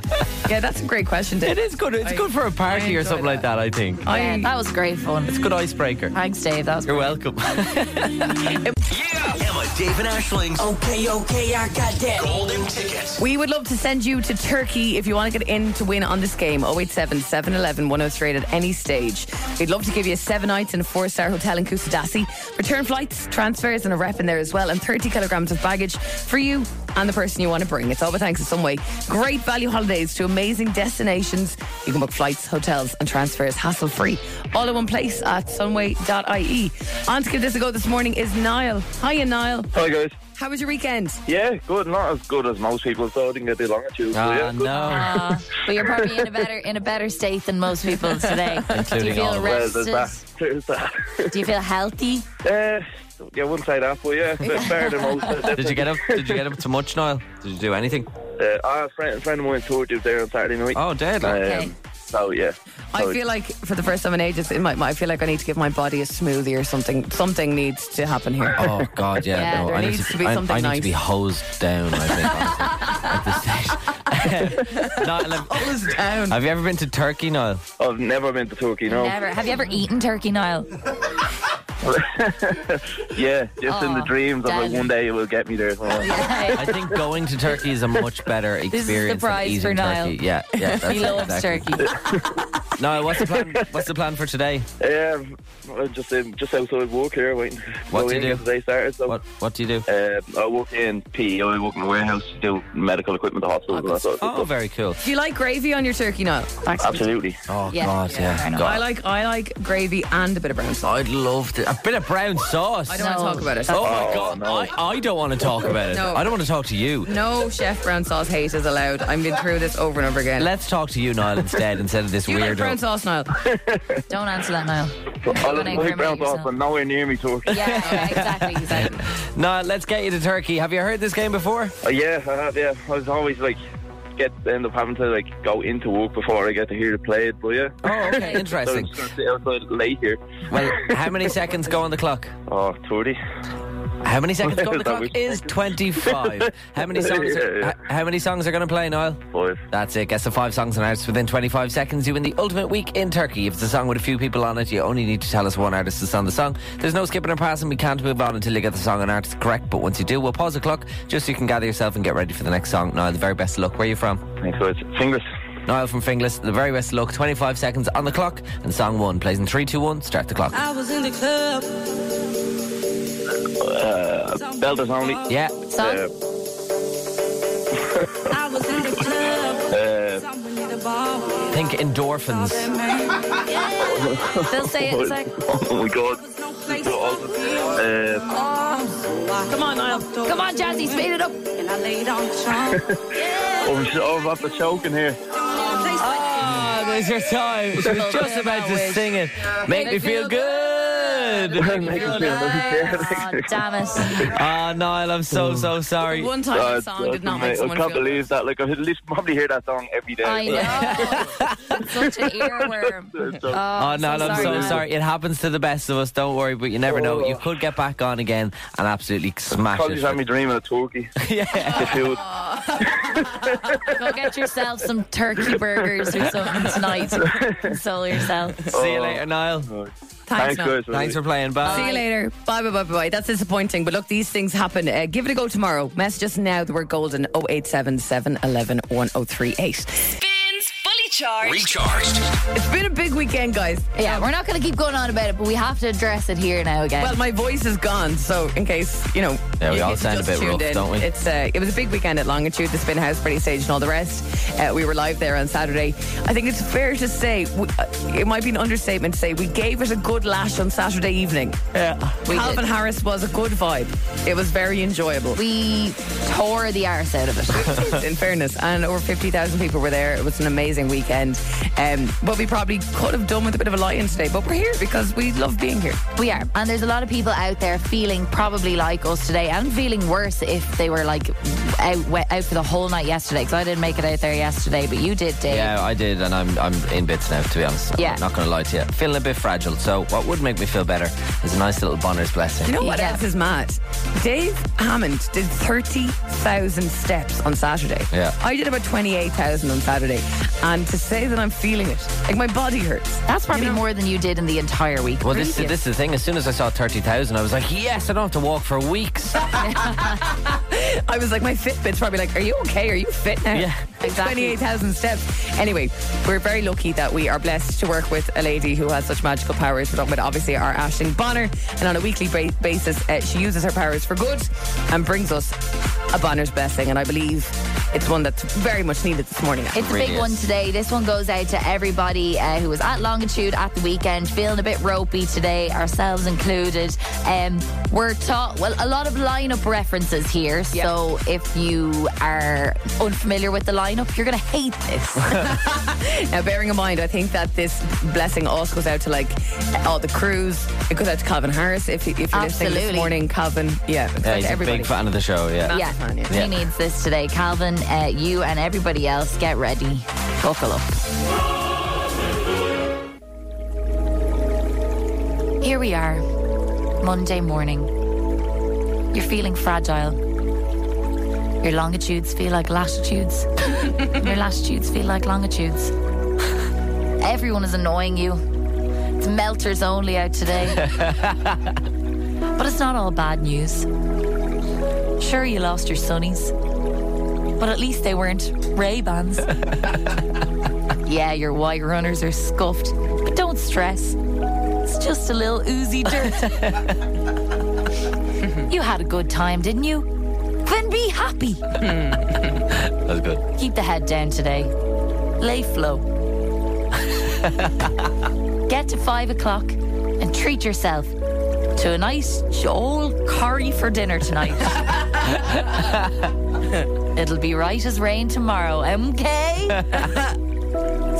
yeah, that's a great question. Dave. It is good. It's I- good for a party I or something enjoy like that, I think. I- Yeah, that was great fun. It's a good icebreaker. Thanks, Dave. That was You're welcome. Emma, Dave, and Ashling's Okay, okay, I got that. Golden Ticket. We would love to send you to Turkey if you want to get in to win on this game. 087 711 103 at any stage. We'd love to give you seven nights in a four star hotel in Kusadasi, return flights, transfers, and a rep in there as well, and 30 kilograms of baggage for you and the person you want to bring. It's all but thanks in some way. Great value holidays to amazing destinations. You can book flights, hotels, and transfers hassle free. All in one place at sunway.ie. E. On to give this a go this morning is Niall. Hiya, Niall. Hi guys. How was your weekend? Yeah, good. Not as good as most people, so I didn't get the longitude. so yeah, Ah, good. no. Uh, but you're probably in a better in a better state than most people today. Do you Including all feel of Well, there's rested? that. There's that. Do you feel healthy? uh, yeah, I wouldn't say that, but yeah, it's better than most. uh, Did you get up? Did you get up too much, Niall? Did you do anything? Uh, I had a friend, a friend of mine toured you there on Saturday night. Oh, dead. Um, Okay. So yeah. I feel like for the first time in ages, in my, I feel like I need to give my body a smoothie or something. Something needs to happen here. Oh God, yeah. Yeah, no, there I need needs to, to be I, something I need nice. to be hosed down. I think. honestly, at this stage. Niall, have, Close down. have you ever been to Turkey, Niall? I've never been to Turkey. No. Never. Have you ever eaten turkey, Niall? Yeah, just in Aw, the dreams. I'm like, darling. one day it will get me there. somewhere. I think going to Turkey is a much better is the experience than prize eating for Niall. turkey. Yeah, yeah. That's he it, loves exactly. turkey. Niall, what's the plan? What's the plan for today? Um, I'm just in, just outside work here, waiting. What so do you do? Today started. So. What What do you do? Uh, I work in PE. I work in a warehouse to do medical equipment, to hospitals, and that sort of Oh, stuff. very cool. Do you like gravy on your turkey now? Absolutely. Oh Yeah. God, Yeah, yeah. I know. God. I like I like gravy and a bit of brown sauce. I'd love to. A bit of brown sauce. I don't No. want to talk about it. Oh my god, I, I don't want to talk about it. No. I don't want to talk to you. No chef brown sauce hate is allowed. I've been through this over and over again. Let's talk to you, Niall, instead, instead of this Do you like weirdo. brown sauce, Niall? Don't answer that, Niall. So I Don't love incriminate my brown sauce, yourself. but nowhere near me, Turkey. Yeah, yeah, exactly, exactly. Niall, let's get you to Turkey. Have you heard this game before? Uh, yeah, I have, yeah. I was always like, get end up having to like go into work before I get to hear it played. But yeah, Oh, okay, so I'm interesting. just gonna sit outside late here. Well, how many seconds go on the clock? Oh, 30. How many seconds go on the Is that clock what you is 25. How many songs are, Yeah, yeah. h- how many songs are going to play, Niall? Five. That's it. Guess the five songs announced within 25 seconds. You win the ultimate week in Turkey. If it's a song with a few people on it, you only need to tell us one artist that's on the song. There's no skipping or passing. We can't move on until you get the song and artist correct. But once you do, we'll pause the clock just so you can gather yourself and get ready for the next song. Niall, the very best of luck. Where are you from? Thanks, guys. Fingers. Niall from Finglas, the very best of luck. 25 seconds on the clock. And song one plays in three, two, one. Start the clock. I was in the club. Uh, Belters only. Yeah. Song? Uh, I was in the club. uh, Someone in the bar. Think endorphins. They'll say it. It's like, oh my god. Uh, Come on, Niall. come on, Jazzy, speed it up. And I laid on the trunk. oh, I'm so- I'm about to choke in here. Oh, Oh, Oh, Ah, there's your time. She was just about to sing it. Make me feel good. good. Oh, damn it. Ah, Niall, I'm so Oh. so sorry. One time Uh, the song did not I, make I someone can't feel believe that. Like I at least probably hear that song every day. I know. Such an earworm. Oh, Oh, I'm no, so I'm so sorry, Niall. sorry. It happens to the best of us. Don't worry, but you never know. You could get back on again and absolutely smash Probably it. had me dreaming of turkey. yeah. The food. Go get yourself some turkey burgers or something tonight. Console yourself. See you later, Niall. Thanks, Niall. guys, Thanks for playing. Bye. See you later. Bye, bye, bye, bye, bye. That's disappointing, but look, these things happen. Uh, give it a go tomorrow. Message us now. The word golden 087 711 1038. Spins fully charged. Recharged. It's been a big weekend, guys. Yeah, we're not going to keep going on about it, but we have to address it here now again. Well, my voice is gone, so in case, you know. Yeah, we you all guys sound a just bit tuned rough, in, don't we? It's, uh, it was a big weekend at Longitude, the Spin House, Pretty Stage, and all the rest. Uh, we were live there on Saturday. I think it's fair to say, we, uh, it might be an understatement to say, we gave it a good lash on Saturday evening. Yeah. Calvin Harris was a good vibe. It was very enjoyable. We tore the arse out of it. in fairness, and over 50,000 people were there. It was an amazing weekend. Um, but we probably could have done with a bit of a lie-in today, but we're here because we love being here. we are. And there's a lot of people out there feeling probably like us today and feeling worse if they were like out, went out for the whole night yesterday because I didn't make it out there yesterday, but you did, Dave. Yeah, I did, and I'm I'm in bits now. To be honest, Yeah. I'm not going to lie to you. Feeling a bit fragile. So what would make me feel better is a nice little Bonner's blessing. You know what else is mad? Dave Hammond did 30,000 steps on Saturday. Yeah. I did about 28,000 on Saturday. And to say that I'm feeling it, like my body hurts. That's probably more than you did in the entire week. Well, this, this is the thing. As soon as I saw 30,000, I was like, yes, I don't have to walk for weeks. I was like, my Fitbit's probably like, are you okay? Are you fit now? Yeah, exactly. 28,000 steps. Anyway, we're very lucky that we are blessed to work with a lady who has such magical powers. We're talking about obviously our Ashling Bonner. And on a weekly ba- basis, uh, she uses her powers for good and brings us a Bonner's blessing. And I believe it's one that's very much needed this morning. It's a big one today. This one goes out to everybody uh, who was at Longitude at the weekend, feeling a bit ropey today, ourselves included. Um, we're taught, well, a lot of lineup references here. So if you are unfamiliar with the lineup, you're going to hate this. Now, bearing in mind, I think that this blessing also goes out to like all the crews. It goes out to Calvin Harris. If, if you're listening this Absolutely. morning, Calvin, yeah, it's yeah, out he's to a everybody. big fan of the show. Yeah. yeah, Yeah. he needs this today. Calvin, uh, you and everybody else, get ready. Buckle up. Here we are, Monday morning. You're feeling fragile. Your longitudes feel like latitudes. and your latitudes feel like longitudes. Everyone is annoying you. It's melters only out today. but it's not all bad news. Sure, you lost your sunnies, but at least they weren't Ray Bans. yeah, your white runners are scuffed, but don't stress. It's just a little oozy dirt. you had a good time, didn't you? Then be happy. That's good. Keep the head down today. Lay flow. Get to five o'clock and treat yourself to a nice old curry for dinner tonight. It'll be right as rain tomorrow, MK.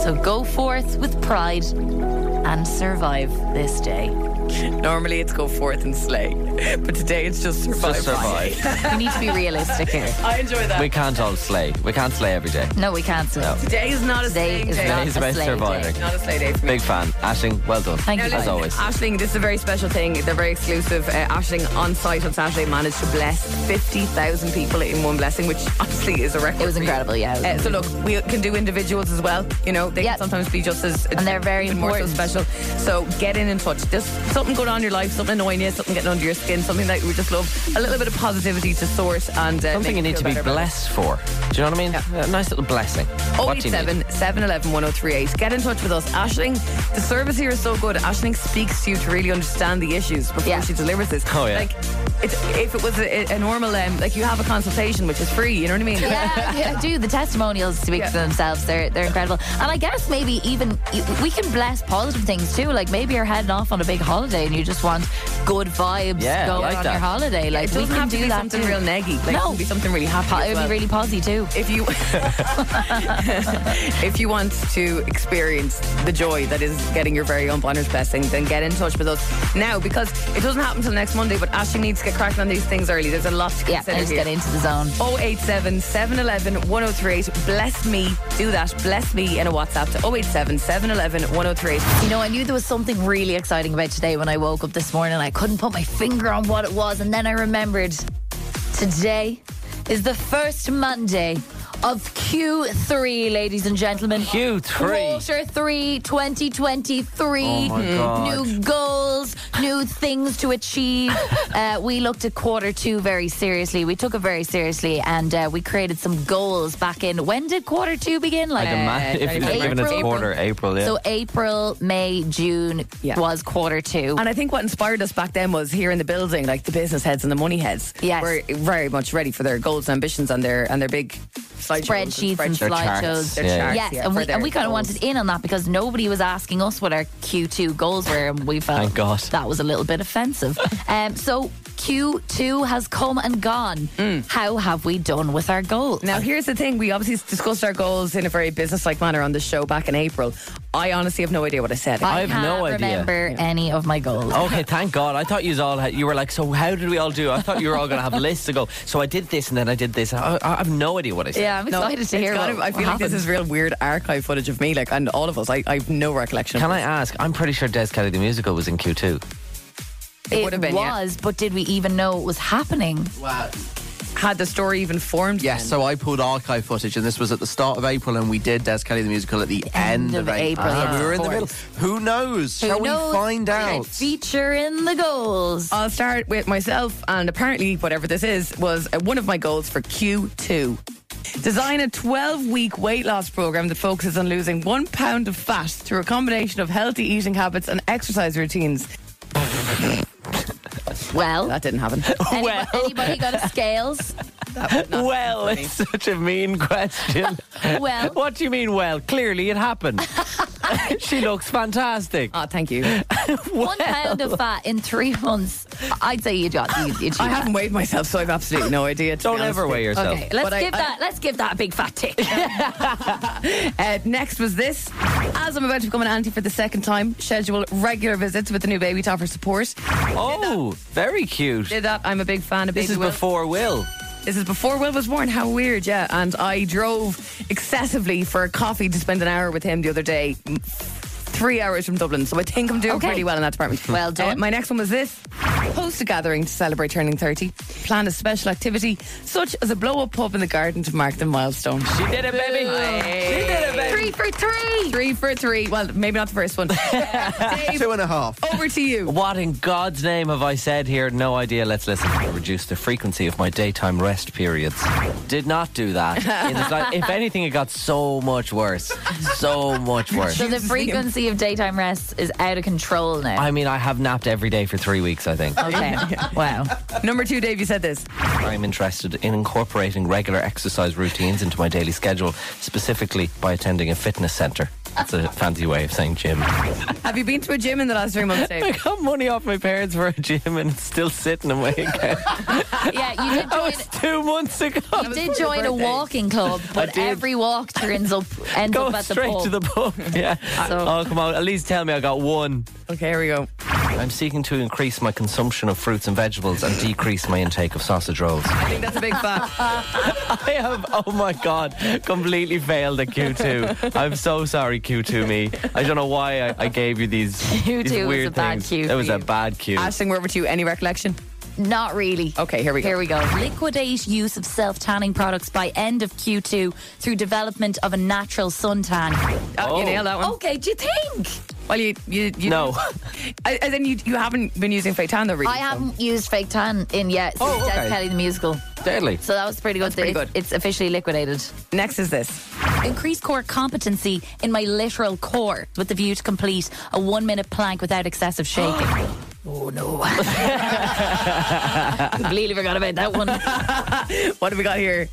so go forth with pride and survive this day. Normally it's go forth and slay, but today it's just survive. Just survive. we need to be realistic here. I enjoy that. We can't all slay. We can't slay every day. No, we can't. Slay. No. Today is not a slay day. Today is not Today's a about slay surviving. day. Not a slay day for me. Big fan. Ashing, well done. Now As listen, always. Ashling, this is a very special thing. They're very exclusive. Uh, Ashling on site on Saturday managed to bless 50,000 people in one blessing, which honestly is a record. It was incredible, yeah. Uh, so, look, we can do individuals as well. You know, they can sometimes be just as. And they're very More so special. So, get in and touch. There's something going on in your life, something annoying you, something getting under your skin, something that we just love. A little bit of positivity to source and. Uh, Something you need to be blessed for. Do you know what I mean? A nice little blessing. What do you need? 087 711 1038. Get in touch with us. Ashling, the service here is so good. Ashling speaks to you to really understand the issues before she delivers this. Oh, yeah. Like, it's, if it was a, a normal, um, like you have a consultation, which is free, you know what I mean? yeah, yeah, I do. The testimonials speak for themselves. They're they're incredible. And I guess maybe even we can bless positive things too. Like maybe you're heading off on a big holiday holiday and you just want good vibes Yeah, I going like on that. your holiday. Yeah, like it we doesn't can have to do be that something too. real neggy. Like, it no, can be something really happy Po- as It would well. be really posy too. If you if you want to experience the joy that is getting your very own Bonner's Blessing, then get in touch with us now because it doesn't happen until next Monday, but Ashley needs to get cracking on these things early. There's a lot to Yeah, consider let's here. get into the zone. 087 711 1038. Bless me. Do that. Bless me in a WhatsApp to 087 711 1038. You know, I knew there was something really exciting about today when I woke up this morning. I couldn't put my finger on what it was, and then I remembered today is the first Monday of Q3, ladies and gentlemen. Q3. Quarter 3, 2023. Oh my God. New goals, new things to achieve. Uh, we looked at quarter two very seriously. We took it very seriously and uh, we created some goals back in. When did quarter two begin? Like a man, if you're uh, April? given a quarter, April, yeah. So April, May, June was quarter two. And I think what inspired us back then was here in the building, like the business heads and the money heads. Yes. Were very much ready for their goals and ambitions and their and their big spreadsheets and slideshows. Their charts, yes, yeah, and for we, their and we kind of goals. wanted in on that because nobody was asking us what our Q2 goals were, and we felt Thank God. that was a little bit offensive. um, so Q2 has come and gone. How have we done with our goals? Now, here's the thing. We obviously discussed our goals in a very business-like manner on the show back in April. I honestly have no idea what I said. I, can't remember any of my goals. Okay, thank God. I thought you all had, you were like, so how did we all do? I thought you were all going to have lists to go. So I did this and then I did this. I, I have no idea what I said. Yeah, I'm excited to it's hear gotta- what- I feel what like this happened. is real weird archive footage of me, like, and all of us. I, I have no recollection. Can I ask? I'm pretty sure Des Kelly the musical was in Q2. It, would've been, yeah. was, but did we even know it was happening? Wow. Had the story even formed? Yes, so I pulled archive footage, and this was at the start of April, and we did Des Kelly the musical at the, end, of April, April. So yes, we were of in the middle. course. Who knows? Shall we find out? Feature in the goals. I'll start with myself, and apparently, whatever this is, was uh, one of my goals for Q2. Design a 12 week weight loss program that focuses on losing one pound of fat through a combination of healthy eating habits and exercise routines. Well, that didn't happen. Anybo- anybody got a scales? Oh, Well, it's such a mean question. Well. what do you mean? Well, clearly it happened. she looks fantastic. Oh, thank you. One pound of fat in three months. I'd say you got you, you I haven't weighed myself, so I've absolutely no idea. to be Don't honest ever with weigh you. yourself. Okay, let's But I- give I- that let's give that a big fat tick. Uh, next was this. As I'm about to become an auntie for the second time, schedule regular visits with the new baby topper support. Oh, very cute. Did that. I'm a big fan of This baby is Will. before Will. This is before Will was born. How weird, yeah. And I drove excessively for a coffee to spend an hour with him the other day. m- Three hours from Dublin, so I think I'm doing Okay. pretty well in that department. Uh, Well done. my next one was this: host a gathering to celebrate turning 30. Plan a special activity such as a blow-up pub in the garden to mark the milestone. She did it, baby. She did it, baby. three for three. Three for three. Well, maybe not the first one. Dave, Two and a half. over to you. What in God's name have I said here? No idea. Let's listen. I reduced the frequency of my daytime rest periods. Did not do that. In the slight- if anything, it got so much worse. So much worse. So the frequency of daytime rest is out of control now. I mean, I have napped every day for three weeks, I think. okay. wow. Number two, Dave, you said this. I'm interested in incorporating regular exercise routines into my daily schedule, specifically by attending a fitness centre. That's a fancy way of saying gym. Have you been to a gym in the last three months, I Dave? got money off my parents for a gym and it's still sitting in my account. Yeah, you did Oh, That join, was two months ago. you did join a birthday. walking club, but did. every walk ends up ends Go up at the straight pub. to the pub. Yeah. So- Oh, come on. At least tell me I got one. Okay, here we go. I'm seeking to increase my consumption of fruits and vegetables and decrease my intake of sausage rolls. I think that's a big fact. I have, oh my God, completely failed at Q2. I'm so sorry, Q2 me. I don't know why I, I gave you these, Q2 these was weird a bad things. cue It was for a you. bad Q. Ashling, we're over to you. Any recollection? Not really. Okay, here we go. Here we go. Liquidate use of self tanning products by end of Q2 through development of a natural suntan. Oh, You nailed that one. Okay, do you think? Well, you, you, you No. I, and then you, you haven't been using fake tan though, really. I haven't used fake tan in yet since Oh, okay. Dead Kelly the musical. Deadly. So that was pretty good. pretty It- good. It's officially liquidated. Next is this. Increase core competency in my literal core with the view to complete a one minute plank without excessive shaking. oh no. Completely forgot about that one. What have we got here?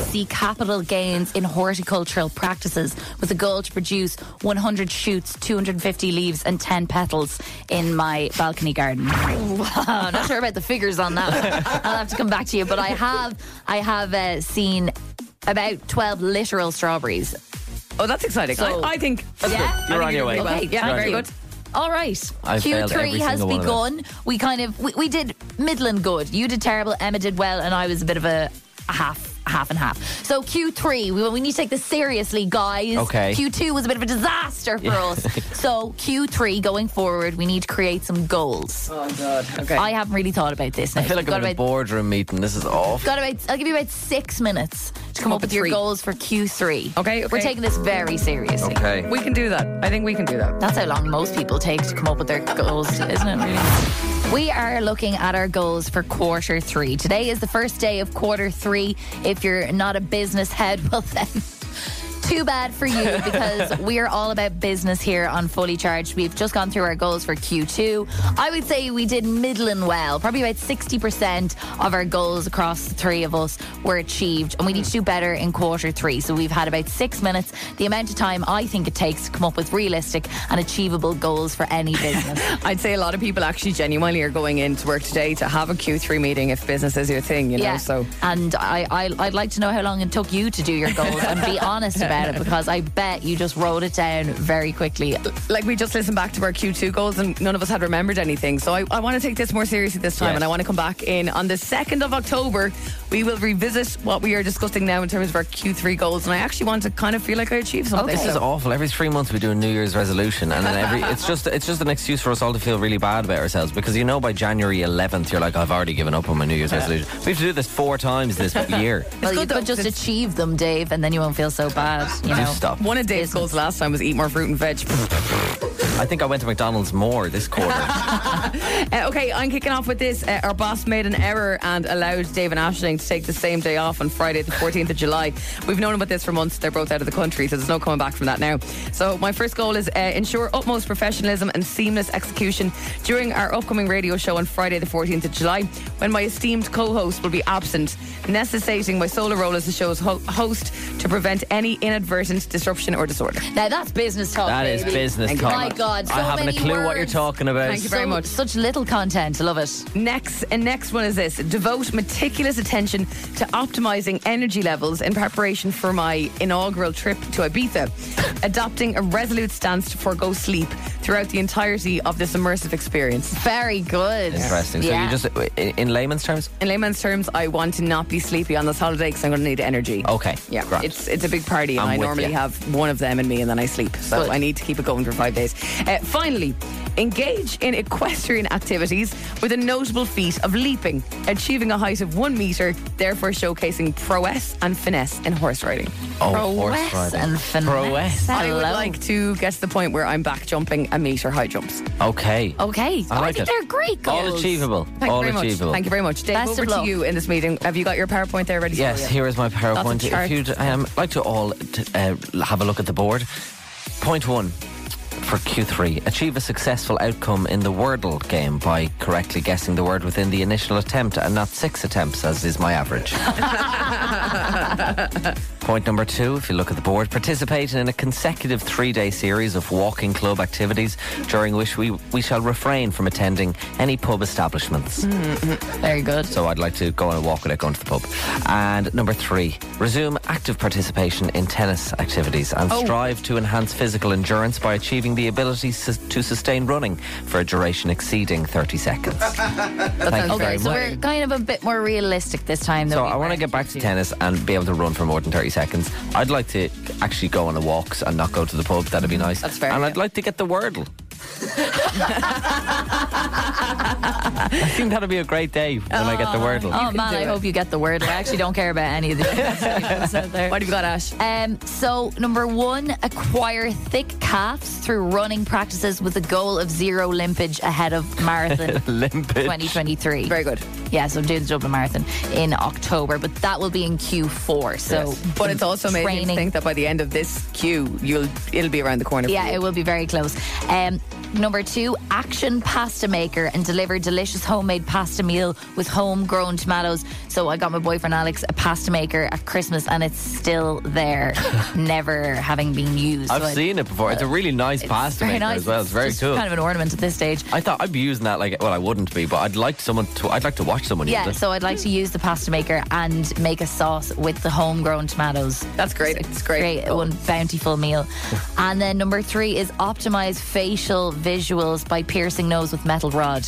see capital gains in horticultural practices with a goal to produce 100 shoots, 250 leaves, and 10 petals in my balcony garden. Wow, not sure about the figures on that. one. I'll have to come back to you, but I have I have uh, seen about 12 literal strawberries. Oh, that's exciting. I, I think yeah, You're on your way. Okay, You're thank on you. your way. All right. I failed every Q3 has single one of them. begun. We kind of we, we did middling good. You did terrible. Emma did well, and I was a bit of a, a half. Half and half. So Q3, we, we need to take this seriously, guys. Okay. Q2 was a bit of a disaster for Yeah. us. So Q3 going forward, we need to create some goals. Oh God. Okay. I haven't really thought about this. I now. feel like Got I'm in a about- boardroom meeting. This is awful. Got about. I'll give you about six minutes to come up with your goals for Q3. Okay, We're taking this very seriously. Okay. We can do that. I think we can do that. That's how long most people take to come up with their goals, isn't it? Really. We are looking at our goals for quarter three. Today is the first day of quarter three. If you're not a business head, well then. Too bad for you because we are all about business here on Fully Charged. We've just gone through our goals for Q2. I would say we did middling well. Probably about 60% of our goals across the three of us were achieved, and we need to do better in quarter three. So we've had about six minutes, the amount of time I think it takes to come up with realistic and achievable goals for any business. I'd say a lot of people actually genuinely are going into work today to have a Q3 meeting if business is your thing, you know. So and I, I, I'd like to know how long it took you to do your goals and be honest about it because I bet you just wrote it down very quickly. like we just listened back to our Q2 goals and none of us had remembered anything. So I, I want to take this more seriously this time Yes. and I want to come back in on the 2nd of October. We will revisit what we are discussing now in terms of our Q3 goals. And I actually want to kind of feel like I achieved something. This is So- awful. Every three months we do a New Year's resolution, and then every it's just it's just an excuse for us all to feel really bad about ourselves because you know by January 11th you're like I've already given up on my New Year's resolution. We have to do this four times this year. Well, you could just achieve them, Dave, and then you won't feel so bad. You know, Just stop. One of Dave's goals last time was eat more fruit and veg. I think I went to McDonald's more this quarter. Oh, Uh, okay, I'm kicking off with this. Uh, our boss made an error and allowed Dave and Ashling to take the same day off on Friday, the 14th of July. We've known about this for months. They're both out of the country, so there's no coming back from that now. So, my first goal is uh, ensure utmost professionalism and seamless execution during our upcoming radio show on Friday, the 14th of July, when my esteemed co host will be absent, necessitating my solo role as the show's ho- host to prevent any inadvertent disruption or disorder. Now, that's business talk. That is baby. business Thank you. talk. My God, so I haven't many a clue what you're words. talking about. So- Such little content. I love it. Next, and next one is this: devote meticulous attention to optimizing energy levels in preparation for my inaugural trip to Ibiza, adopting a resolute stance to forego sleep throughout the entirety of this immersive experience. Very good. Interesting. Yeah. So you just in, in layman's terms. in layman's terms, I want to not be sleepy on this holiday because I'm going to need energy. Okay. Yeah. Grand. It's it's a big party, and I'm I with normally you. have one of them in me, and then I sleep. So Good. I need to keep it going for five days. Uh, finally, engage in equestrian activities with a notable feat of leaping, achieving a height of one meter, therefore showcasing prowess and finesse in horse riding. Oh, horse Prowess riding. and finesse. Prowess. I would Hello. like to get to the point where I'm back jumping a meter high jumps. Okay. Okay. I like it. All achievable. Thank All you very achievable. Much. Thank you very much. Dave, Best over of to luck. you in this meeting. Have you got your PowerPoint there ready? Yes, for you? here is my PowerPoint. Lots of If you'd um, like to all t- uh, have a look at the board. Point one for Q3 achieve a successful outcome in the Wordle game by correctly guessing the word within the initial attempt and not six attempts, as is my average. Point number two, if you look at the board, participate in a consecutive three day series of walking club activities during which we, we shall refrain from attending any pub establishments. Very good. So I'd like to go on a walk without going to the pub. And number three, resume active participation in tennis activities and Oh. strive to enhance physical endurance by achieving the ability sus- to sustain running for a duration exceeding 30 seconds. Thank you very okay, so much. we're kind of a bit more realistic this time. So though. I want to get back to tennis and be able to run for more than 30 seconds. I'd like to actually go on a walks and not go to the pub. That'd be nice. That's fair. And I'd like to get the Wordle. I think that'll be a great day when I get the Wordle. Oh man, I hope you get the word. I actually don't care about any of these. what have you got, Ash? Um, so number one, acquire thick calves through running practices with a goal of zero limpage ahead of marathon Limpage. 2023. Very good. Yeah, so do the Dublin Marathon in October, but that will be in Q4. So, Yes. but it's also made me think that by the end of this queue, you'll it'll be around the corner. yeah, it will be very close. Um, Number two, Action Pasta Maker and deliver delicious homemade pasta meal with homegrown tomatoes. So I got my boyfriend Alex a pasta maker at Christmas and it's still there, never having been used. I've So I- seen it before. It's a really nice pasta very maker nice. as well. It's very Just cool. Kind of an ornament at this stage. I thought I'd be using that like well I wouldn't be, but I'd like someone to I'd like to watch someone Yeah, use it. so I'd like to use the pasta maker and make a sauce with the homegrown tomatoes. That's great. It's great. One bountiful meal. and then number three is optimize facial visuals by piercing nose with metal rod.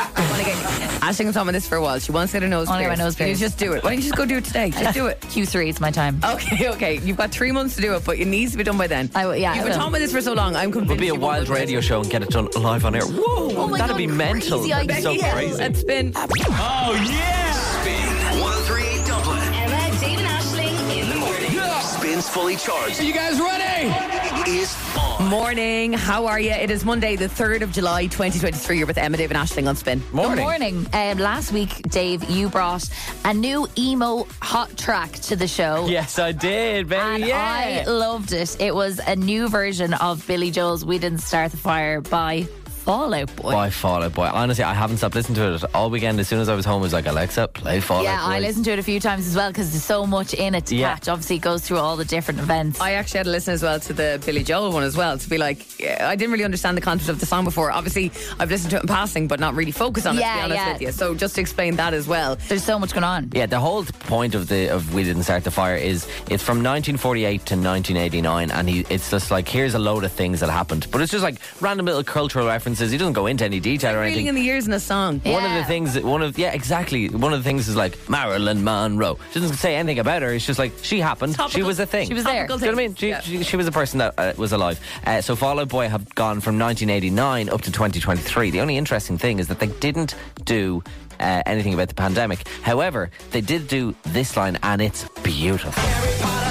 Ashley can talk about this for a while. She wants to get a nose I wanna pierced. get my nose Can you pierced. just do it. Why don't you just go do it today? Just do it. Q3 is my Oh, time. Okay, okay. You've got three months to do it, but it needs to be done by then. I, yeah, You've been I will. talking about this for so long. I'm convinced. It'd be a wild radio show and get it done live on air. Whoa, Oh my that'd God, be mental. crazy That'd be so idea. crazy. It's been. Oh, yeah! Spin 1038 Dublin. Emma, Dave, and Ashling in the morning. Spins fully charged. Are you guys ready? Is Morning. How are you? It is Monday, the 3rd of July, 2023. You're with Emma, Dave, and Ashling on Spin. Good morning. Um, last week, Dave, you brought a new emo hot track to the show. Yes, I did, baby. And yeah. I loved it. It was a new version of Billy Joel's We Didn't Start the Fire by Fallout Boy. By Fall Out Boy. Honestly, I haven't stopped listening to it all weekend. As soon as I was home, I was like, Alexa, play Fall yeah, Out Boy. I listened to it a few times as well because there's so much in it to catch. Obviously, it goes through all the different events. I actually had to listen as well to the Billy Joel one as well to be like, yeah, I didn't really understand the concept of the song before. Obviously, I've listened to it in passing, but not really focused on it, Yeah, to be honest yeah. with you. So just to explain that as well. There's so much going on. Yeah, the whole point of the of We Didn't Start the Fire is it's from 1948 to 1989, and he it's just like here's a load of things that happened, but it's just like random little cultural references. He doesn't go into any detail or Feeling anything. in the years in a song. One of the things, that- one of yeah, exactly. One of the things is like Marilyn Monroe. She doesn't say anything about her. It's just like she happened. she Topical- was a thing. she was there. Do you know what I mean? She, she, she was a person that uh, was alive. Uh, so Fall Out Boy have gone from 1989 up to 2023. The only interesting thing is that they didn't do. Uh, anything about the pandemic. However, they did do this line and it's beautiful.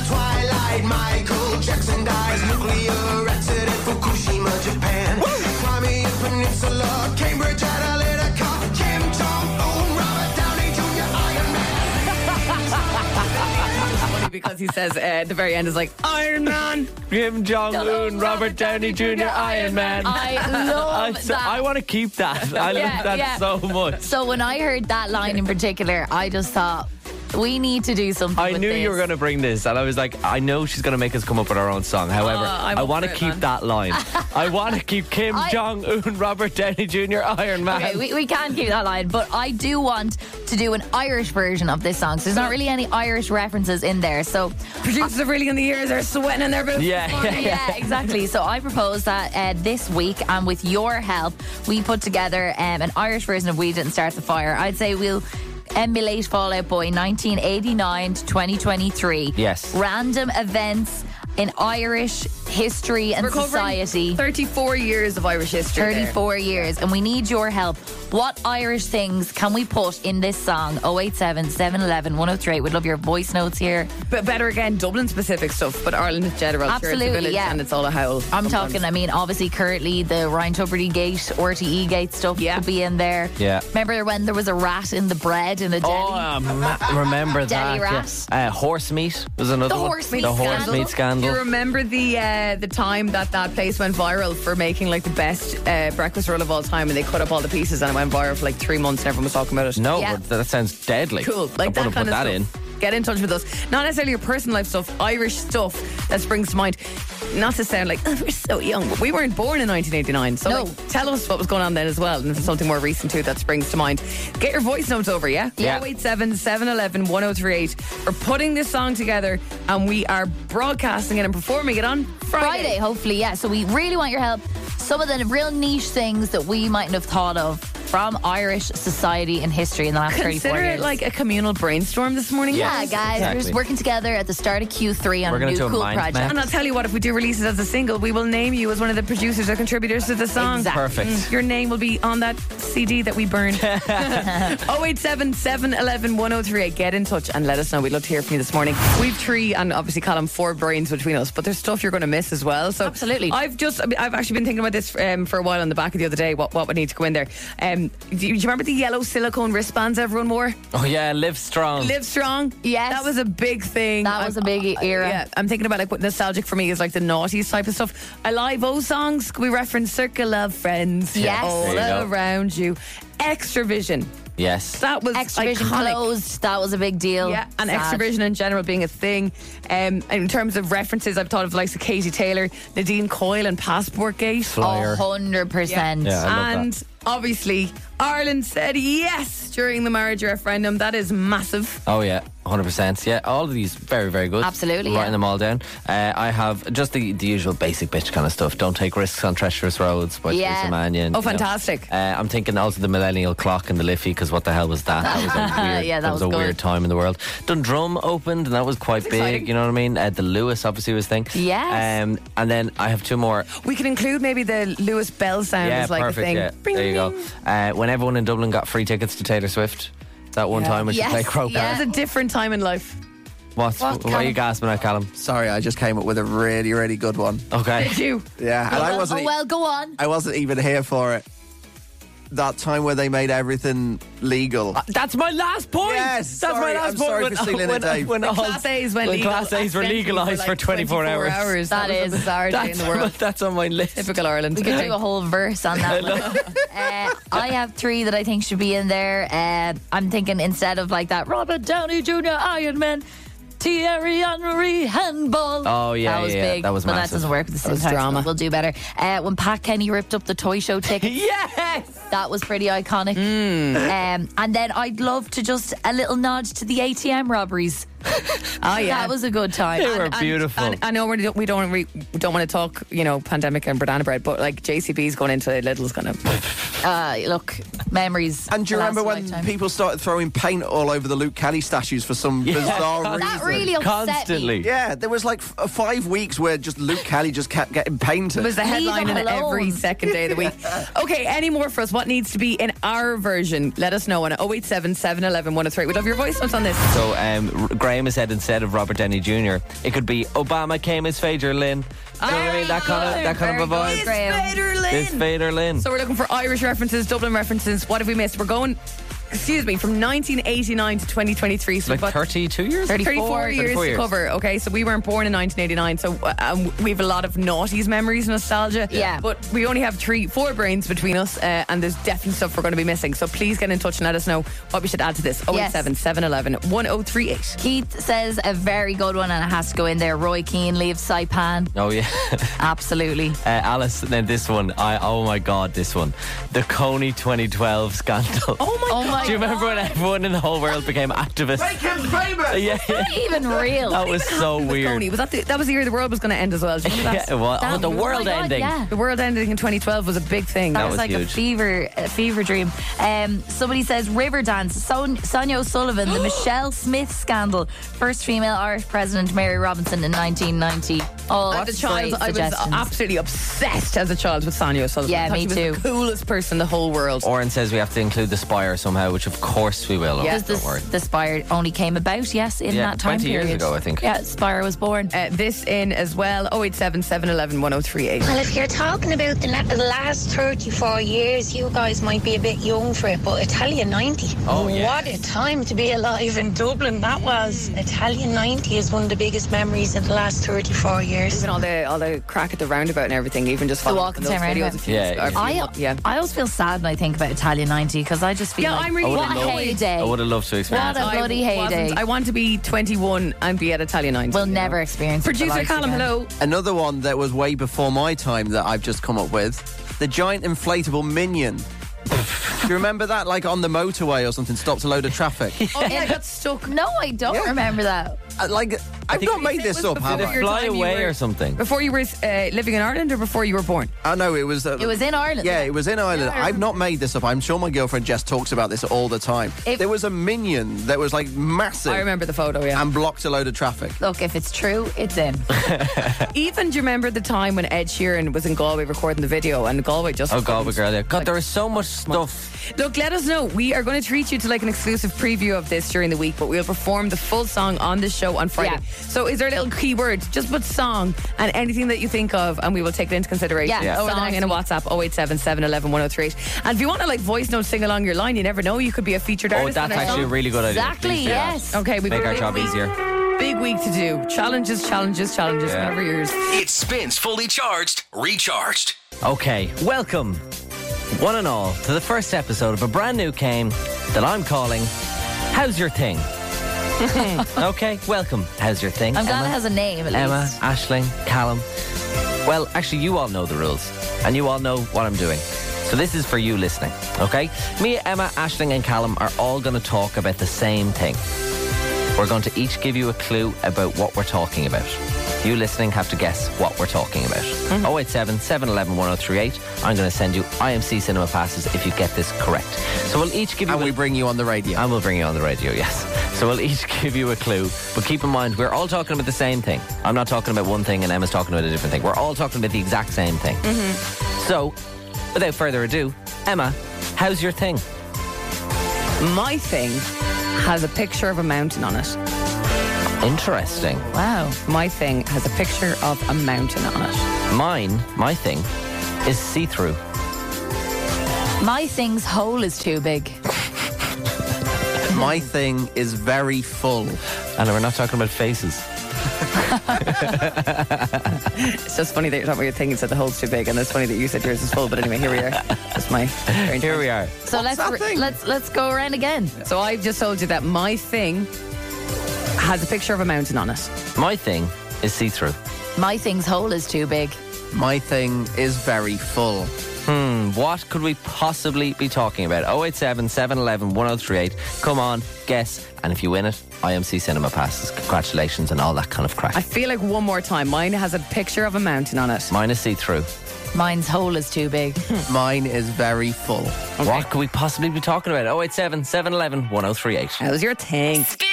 Twilight, Michael Jackson dies. Nuclear accident, Fukushima, Japan. Crimea Peninsula, Cambridge Analytica, Kim Jong Un, Robert Downey Jr., Iron Man. Funny because he says uh, at the very end is like Iron Man, Kim Jong Un, Robert Downey Jr., Iron Man. I love I, that. want to keep that. I Yeah, love that yeah. so much. So when I heard that line in particular, I just thought we need to do something. I with knew this. you were going to bring this, and I was like, I know she's going to make us come up with our own song. However, Uh, I'm I up want to for it, keep man. that line. I want to keep Kim I- Jong Un, Robert Downey Jr., Iron Man. Okay, we, we can keep that line, but I do want to do an Irish version of this song. So there's not really any Irish references in there. So producers are really in the ears, they're sweating in their boots. yeah, exactly. So I propose that uh, this week, and with your help, we put together um, an Irish version of "We Didn't Start the Fire." I'd say we'll emulate Fallout Boy 1989 to 2023. Yes. random events in Irish history and We're covering society. 34 years of Irish history. there. 34 years, and we need your help. What Irish things can we put in this song? 087 711 1038. We'd love your voice notes here. But better again, Dublin specific stuff, but Ireland in general. sure, it's a Absolutely, village yeah. And it's all a howl. I'm talking, I mean, obviously, currently the Ryan Tuberty Gate, RTE Gate stuff could be in there. Yeah. Remember when there was a rat in the bread in the deli? Oh, I ma- remember Deli that. rat. yeah. Uh, horse meat was another The one. horse meat the horse scandal. meat scandal. Do you remember the uh, the time that that place went viral for making like the best uh, breakfast roll of all time, and they cut up all the pieces, and it went viral for like three months, and everyone was talking about it. no, but that sounds deadly. cool. I Like that kind wouldn't put of that in. stuff. Get in touch with us. Not necessarily your personal life stuff, Irish stuff that springs to mind. Not to sound like "Oh, we're so young, but we weren't born in 1989. So No. like, tell us what was going on then as well, and if there's something more recent too that springs to mind. Get your voice notes over, yeah? Yeah. 087 711 1038. We're putting this song together, and we are broadcasting it and performing it on Friday. Friday, hopefully, yeah. So we really want your help. Some of the real niche things that we mightn't have thought of from Irish society and history in the last 34 Consider years. it like a communal brainstorm this morning. Yeah, guys, we're just working together at the start of Q3 on We're a gonna new do a cool mind project. map. And I'll tell you what, if we do release it as a single, we will name you as one of the producers or contributors to the song. Mm. Exactly. Perfect. your name will be on that CD that we burned. 087 711 1038. Get in touch and let us know. We'd love to hear from you this morning. We've three and obviously column four brains between us, but there's stuff you're going to miss as well. So absolutely, I've just I mean, I've actually been thinking about this um, for a while on the back of the other day. What what would need to go in there? Um, Um, do you do you remember the yellow silicone wristbands everyone wore? Oh yeah, live strong. Live strong. Yes. That was a big thing. That was a big era. Yeah. I'm thinking about like what nostalgic for me is like the naughtiest type of stuff. Alive O songs. We reference Circle of Friends. Yes. All There you go. around you. Extravision. Yes. That was Extravision iconic. closed. That was a big deal. Yeah, and Sad. extravision in general being a thing. Um, in terms of references, I've thought of likes of Katie Taylor, Nadine Coyle, and Passport Gate. Flyer. A hundred percent. Yeah, I love and obviously, Ireland said yes during the marriage referendum. That is massive. Oh yeah, hundred percent. Yeah, all of these very, very good. Absolutely, writing yeah. them all down. Uh, I have just the, the usual basic bitch kind of stuff. Don't take risks on treacherous roads by Yeah. Theresa Mannion. Oh, you know. fantastic. Uh, I'm thinking also the millennial clock and the Liffey because what the hell was that? That was a weird, Yeah, that was, was a good. weird time in the world. Dundrum opened and that was quite big. exciting. You know what I mean? Uh, the Lewis obviously was a thing. Yes. Um, and then I have two more. We can include maybe the Lewis Bell sound yeah, as like perfect. a thing. Yeah, there you go. Uh, when everyone in Dublin got free tickets to Taylor Swift, that one time when she played Croker. That was a different time in life. What's, What, what, are you Callum? gasping at, Callum? Sorry, I just came up with a really, really good one. Okay. Did you? Yeah, and I wasn't. Oh e- well, go on. I wasn't even here for it. That time where they made everything legal. That's my last point. Yes, that's my sorry, last I'm point. sorry when, for stealing when, it, Dave. When, The all- Class A's went when legal Class A's were accidentally for legalised for, like 24, 24 hours. hours. That That was- is our day in that's the world. on- that's on my list. Typical Ireland. We could do a whole verse on that one. uh, I have three that I think should be in there. Uh, I'm thinking instead of like that Robert Downey Jr. Iron Man, Thierry Henry handball. Oh, yeah, that was yeah, yeah. big. That was but massive. that doesn't work. With the That was syntax. drama. We'll do better. Uh, when Pat Kenny ripped up the toy show tickets. yes, that was pretty iconic. Um, and then I'd love to just a little nod to the ATM robberies. Oh yeah, that was a good time. And- and- And, I know we don't we don't, re, don't want to talk, you know, pandemic and banana bread, but like JCB's going into Lidl's going to. Uh, look, memories. And do you last remember a when lifetime. people started throwing paint all over the Luke Kelly statues for some bizarre That reason? really upset me. Constantly. Yeah, there was like f- five weeks where just Luke Kelly just kept getting painted. It was the headline in every second day of the week. Okay, any more for us? What needs to be in our version? Let us know on 087 711 103. We'd love your voice notes on this. So um, R- Graham has said instead of Robert Denny Jr., it could be Obama came as Fader Lynn. You know what I mean? That kind of that kind of a Very good, vibe. Graham. It's Fader Lynn. So we're looking for Irish references, Dublin references. What have we missed? We're going, excuse me, from 1989 to 2023. So Like we've got 32 years? 34, years, 34 to cover. Okay, so we weren't born in 1989, so uh, um, we have a lot of naughties memories, nostalgia. Yeah. But we only have three, four brains between us, uh, and there's definitely stuff we're going to be missing. So please get in touch and let us know what we should add to this. Yes. 087 711 1038. Keith says a very good one, and it has to go in there. Roy Keane leaves Saipan. Oh yeah, absolutely. Uh, Alice, then this one. I oh my god, this one, the Coney 2012 scandal. Oh my Oh my Do you remember when everyone in the whole world became activists? famous. Yeah, yeah. Not even real. That was so weird. Tony, was that the, that was the year the world was going to end as well? Do you remember that? Yeah, well, oh, the was- world my God, ending. yeah. The world ending in 2012 was a big thing. That, was, like a fever, a fever dream. Um, somebody says Riverdance, Son- Sonia O'Sullivan, the Michelle Smith scandal, first female Irish president, Mary Robinson in 1990. Oh, as a child, I was absolutely obsessed as a child with Sonia O'Sullivan. Yeah, Thought me she was the too. coolest person in the whole world. Oren says we have to include the Spire somehow, which of course we will. Yeah. Yeah. Because Don't worry. the, the Spire only came about, yes, in Yeah, that time 20 years period. ago, I think. Yeah, Spire was born. Uh, this in as well 087 711 1038. Well, if you're talking about the, la- the last 34 years, you guys might be a bit young for it, but Italian 90. Oh, yeah. What a time to be alive in Dublin that was. Italian 90 is one of the biggest memories of the last 34 years. Even all the all the crack at the roundabout and everything, even just The following walk of those time around. videos. a few years ago, a few I, months- yeah. I always feel sad when I think about Italian 90 because I just feel Yeah, like, I'm really what a annoyed. heyday. I would have loved to experience. What a it. bloody I wasn't- heyday. I want to be 21 and be at Italian 90. We'll never experience Producer Callum, hello. Another one that was way before my time that I've just come up with the giant inflatable minion. Do you remember that? Like on the motorway or something, stopped a load of traffic. Oh, yeah, I got stuck. No, I don't remember that. Uh, like, I've not made this up, have Did I? it fly away or something? Before you were uh, living in Ireland or before you were born? I know it was. Uh, It was in Ireland. Yeah, it was in Ireland. I've not made this up. I'm sure my girlfriend Jess talks about this all the time. there was a minion that was like massive. I remember the photo, yeah. And blocked a load of traffic. Look, if it's true, it's in. Even do you remember the time when Ed Sheeran was in Galway recording the video and Galway just. Oh god, we girl, yeah. God, Like- there is so much stuff. Oh, Look, let us know. We are going to treat you to like an exclusive preview of this during the week, but we'll perform the full song on the show show on Friday. Yeah. So is there a little keyword? Just put song and anything that you think of, and we will take it into consideration. Yeah, Yeah. over the Song next in a WhatsApp 087 711 1038. And if you want to like voice note sing along your line, you never know. You could be a featured Oh, artist. on that's our actually a song. really good idea. Please do that. Okay, we've make got a our big job week- easier. Big week to do. Challenges, challenges, challenges. Yeah. Whatever yours. It spins fully charged, recharged. Okay, welcome, one and all, to the first episode of a brand new game that I'm calling "How's Your Thing." okay, welcome. How's your thing? I'm glad Emma? it has a name at Emma, least. Ashling, Callum. Well, actually, you all know the rules and you all know what I'm doing. So this is for you listening, okay? Me, Emma, Ashling, and Callum are all going to talk about the same thing. We're going to each give you a clue about what we're talking about. You listening have to guess what we're talking about. 087 711 1038. I'm going to send you IMC cinema passes if you get this correct. So we'll each give you. And we bring you on the radio. And we'll bring you on the radio, yes. So we'll each give you a clue. But keep in mind, we're all talking about the same thing. I'm not talking about one thing and Emma's talking about a different thing. We're all talking about the exact same thing. Mm-hmm. So, without further ado, Emma, how's your thing? My thing has a picture of a mountain on it. Interesting. Wow. My thing has a picture of a mountain on it. Mine, my thing, is see through. My thing's hole is too big. My thing is very full. And we're not talking about faces. It's just funny that you're talking about your thing and said the hole's too big, and it's funny that you said yours is full, but anyway, here we are. That's my. Here we are. So let's re- let's let's go around again. So I've just told you that my thing has a picture of a mountain on it. My thing is see through. My thing's hole is too big. My thing is very full. Hmm, what could we possibly be talking about? 087 711 1038. Come on, guess. And if you win it, IMC Cinema Passes. Congratulations and all that kind of crap. I feel like one more time. Mine has a picture of a mountain on it. Mine is see through. Mine's hole is too big. Mine is very full. What could we possibly be talking about? 087 711 1038. How's your thing? Spins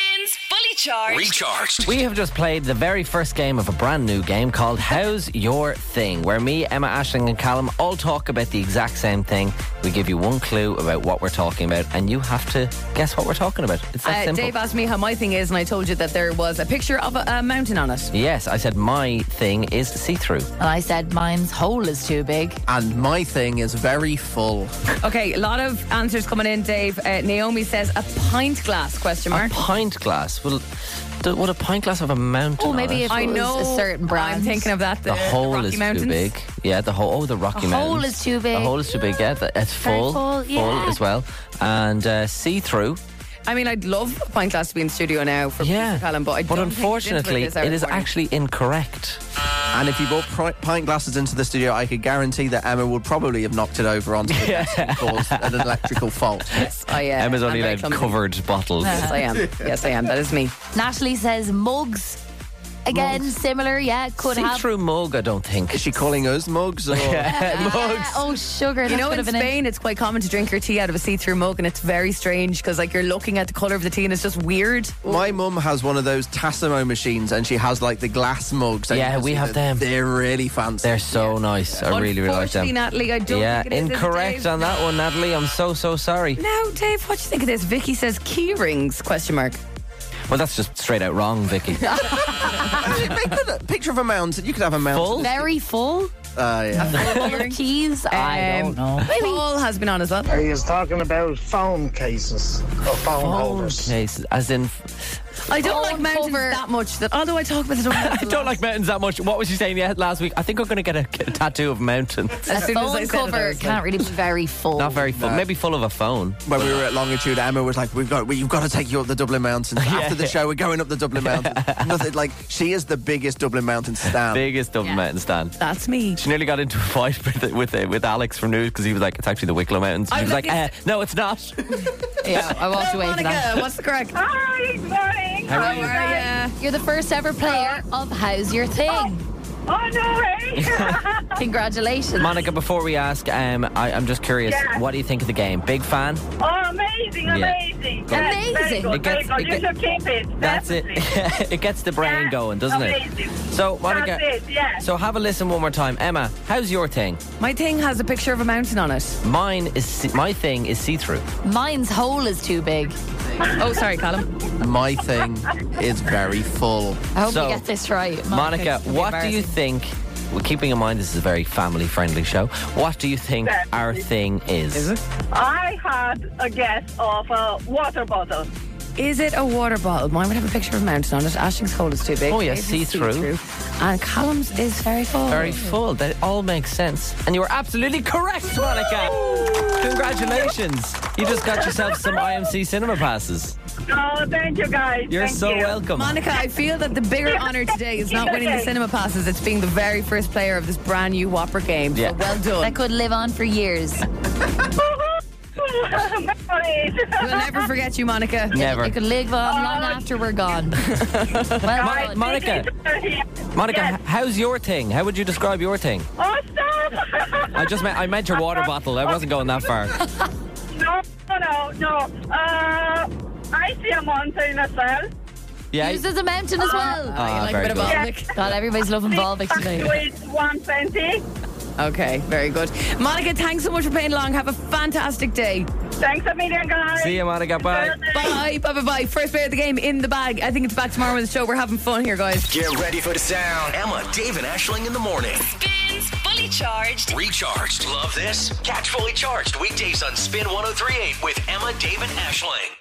fully charged. We have just played the very first game of a brand new game called How's Your Thing, where me, Emma Ashling, and Callum all talk about the exact same thing. We give you one clue about what we're talking about, and you have to guess what we're talking about. It's that Uh, simple. Dave asked me how my thing is, and I told you that there was a picture of a, a mountain on it. Yes, I said my thing is see through. And I said mine's hole is too big. And my thing is very full. Okay, a lot of answers coming in, Dave. Uh, Naomi says a pint glass question mark. Pint glass. Well, th- would a pint glass have a mountain? Oh, on maybe it? if it I was know. a certain brand. I'm thinking of that, The, the- the hole Rocky is Mountains. too big. Yeah, the hole. Oh, the Rocky A hole Mountains. is too big. The hole is too big. Yeah, th- it's Very full, full, yeah. as well, and uh, see through. I mean, I'd love a pint glass to be in studio now for yeah. Callum, but I But don't think it's into unfortunately, this hour it of is morning. actually incorrect. And if you brought pri- pint glasses into the studio, I could guarantee that Emma would probably have knocked it over onto the desk and caused an electrical fault. Yes, I uh, Emma's only I'm very like clumsy. covered bottles. Yes, I am. Yes, I am. That is me. Natalie says mugs. Again, similar. Yeah, could See have. through mug, I don't think. Is she calling us mugs? Or? Yeah, oh, sugar. You that's know, a bit in of an Spain, it's quite common to drink your tea out of a see-through mug, and it's very strange because, like, you're looking at the color of the tea, and it's just weird. My mum has one of those Tassimo machines, and she has like the glass mugs. and Yeah, you can we see have that them. They're really fancy. They're so nice. I really, really like them. Unfortunately, Natalie, I don't yeah, think it is, is it, incorrect Dave? on that one, Natalie. I'm so so sorry. Now, Dave, what do you think of this? Vicky says key rings? Question mark. Well, that's just straight out wrong, Vicky. Look, Picture of a mountain. You could have a mountain. very full. Uh, yeah. Full keys. I don't know. Um, Paul has been on as well. Are you talking about phone cases or phone, holders? Cases, as in, I don't like mountains that much. That although I talk about it, I don't like mountains that much. What was you saying yeah, last week? I think I'm going to get a, get a tattoo of a mountain. A phone cover can't really be very full. Not very full. No. Maybe full of a phone. When we were at Longitude, Emma was like, "We've got, we, you've got to take you up the Dublin Mountains after the show. We're going up the Dublin Mountains." Nothing like she is the biggest Dublin Mountain Um, stand. Biggest Dublin mountain stand. That's me. She nearly got into a fight with with, uh, with Alex from News because he was like, "It's actually the Wicklow Mountains." I She was love like, eh, "No, it's not." Yeah, I walked away from that. Monica, what's the correct? Hi, good morning. How are you? You're the first ever player of How's Your Thing. Oh, no way. Congratulations. Monica, before we ask, um, I, I'm just curious. Yeah. What do you think of the game? Big fan. Oh, amazing, Yeah. amazing. Go. Yes, very Amazing. good, It gets- very good. it you get- should keep it. That's it. it gets the brain going, doesn't it? amazing. So, Monica. That's it, yeah. So have a listen one more time, Emma. How's your thing? My thing has a picture of a mountain on it. Mine is see- my thing is see through. Mine's hole is too big. Oh, sorry, Colin. My thing is very full. I hope we get this right. Monica, what do you think? Well, keeping in mind this is a very family friendly show, what do you think our thing is? Is it? I had a guess of a water bottle. Is it a water bottle? Mine would have a picture of a mountain on it. Ashing's hole is too big. Oh, yeah, Dave's is see-through. And Callum's is very full. Very full. That all makes sense. And you were absolutely correct, Monica. Congratulations. You just got yourself some IMC cinema passes. Oh, thank you guys. You're so welcome. Monica, I feel that the bigger honor today is not winning the cinema passes, it's being the very first player of this brand new Whopper game. So Yeah. well done. That could live on for years. We'll never forget you, Monica. Never. It could live on long after we're gone. well, Mon- Monica, Monica, h- how's your thing? How would you describe your thing? Oh, stop! I just meant I meant your water bottle. I wasn't going that far. No, no, no. Uh, I see a mountain as well. Yeah. Used as a mountain as well. Ah, you like a very bit of good. Volvic? God, everybody's loving Volvic today. It's 120. Okay, very good. Monica, thanks so much for playing along. Have a fantastic day. Thanks a million, guys. See you, Monica. Bye. Bye, bye, bye, bye. First player of the game in the bag. I think it's back tomorrow with the show. We're having fun here, guys. Get ready for the sound. Emma, Dave, and Ashling in the morning. Spins Fully Charged. oh Recharged. Love this? Catch fully charged weekdays on Spin 1038 with Emma, Dave, and Ashling.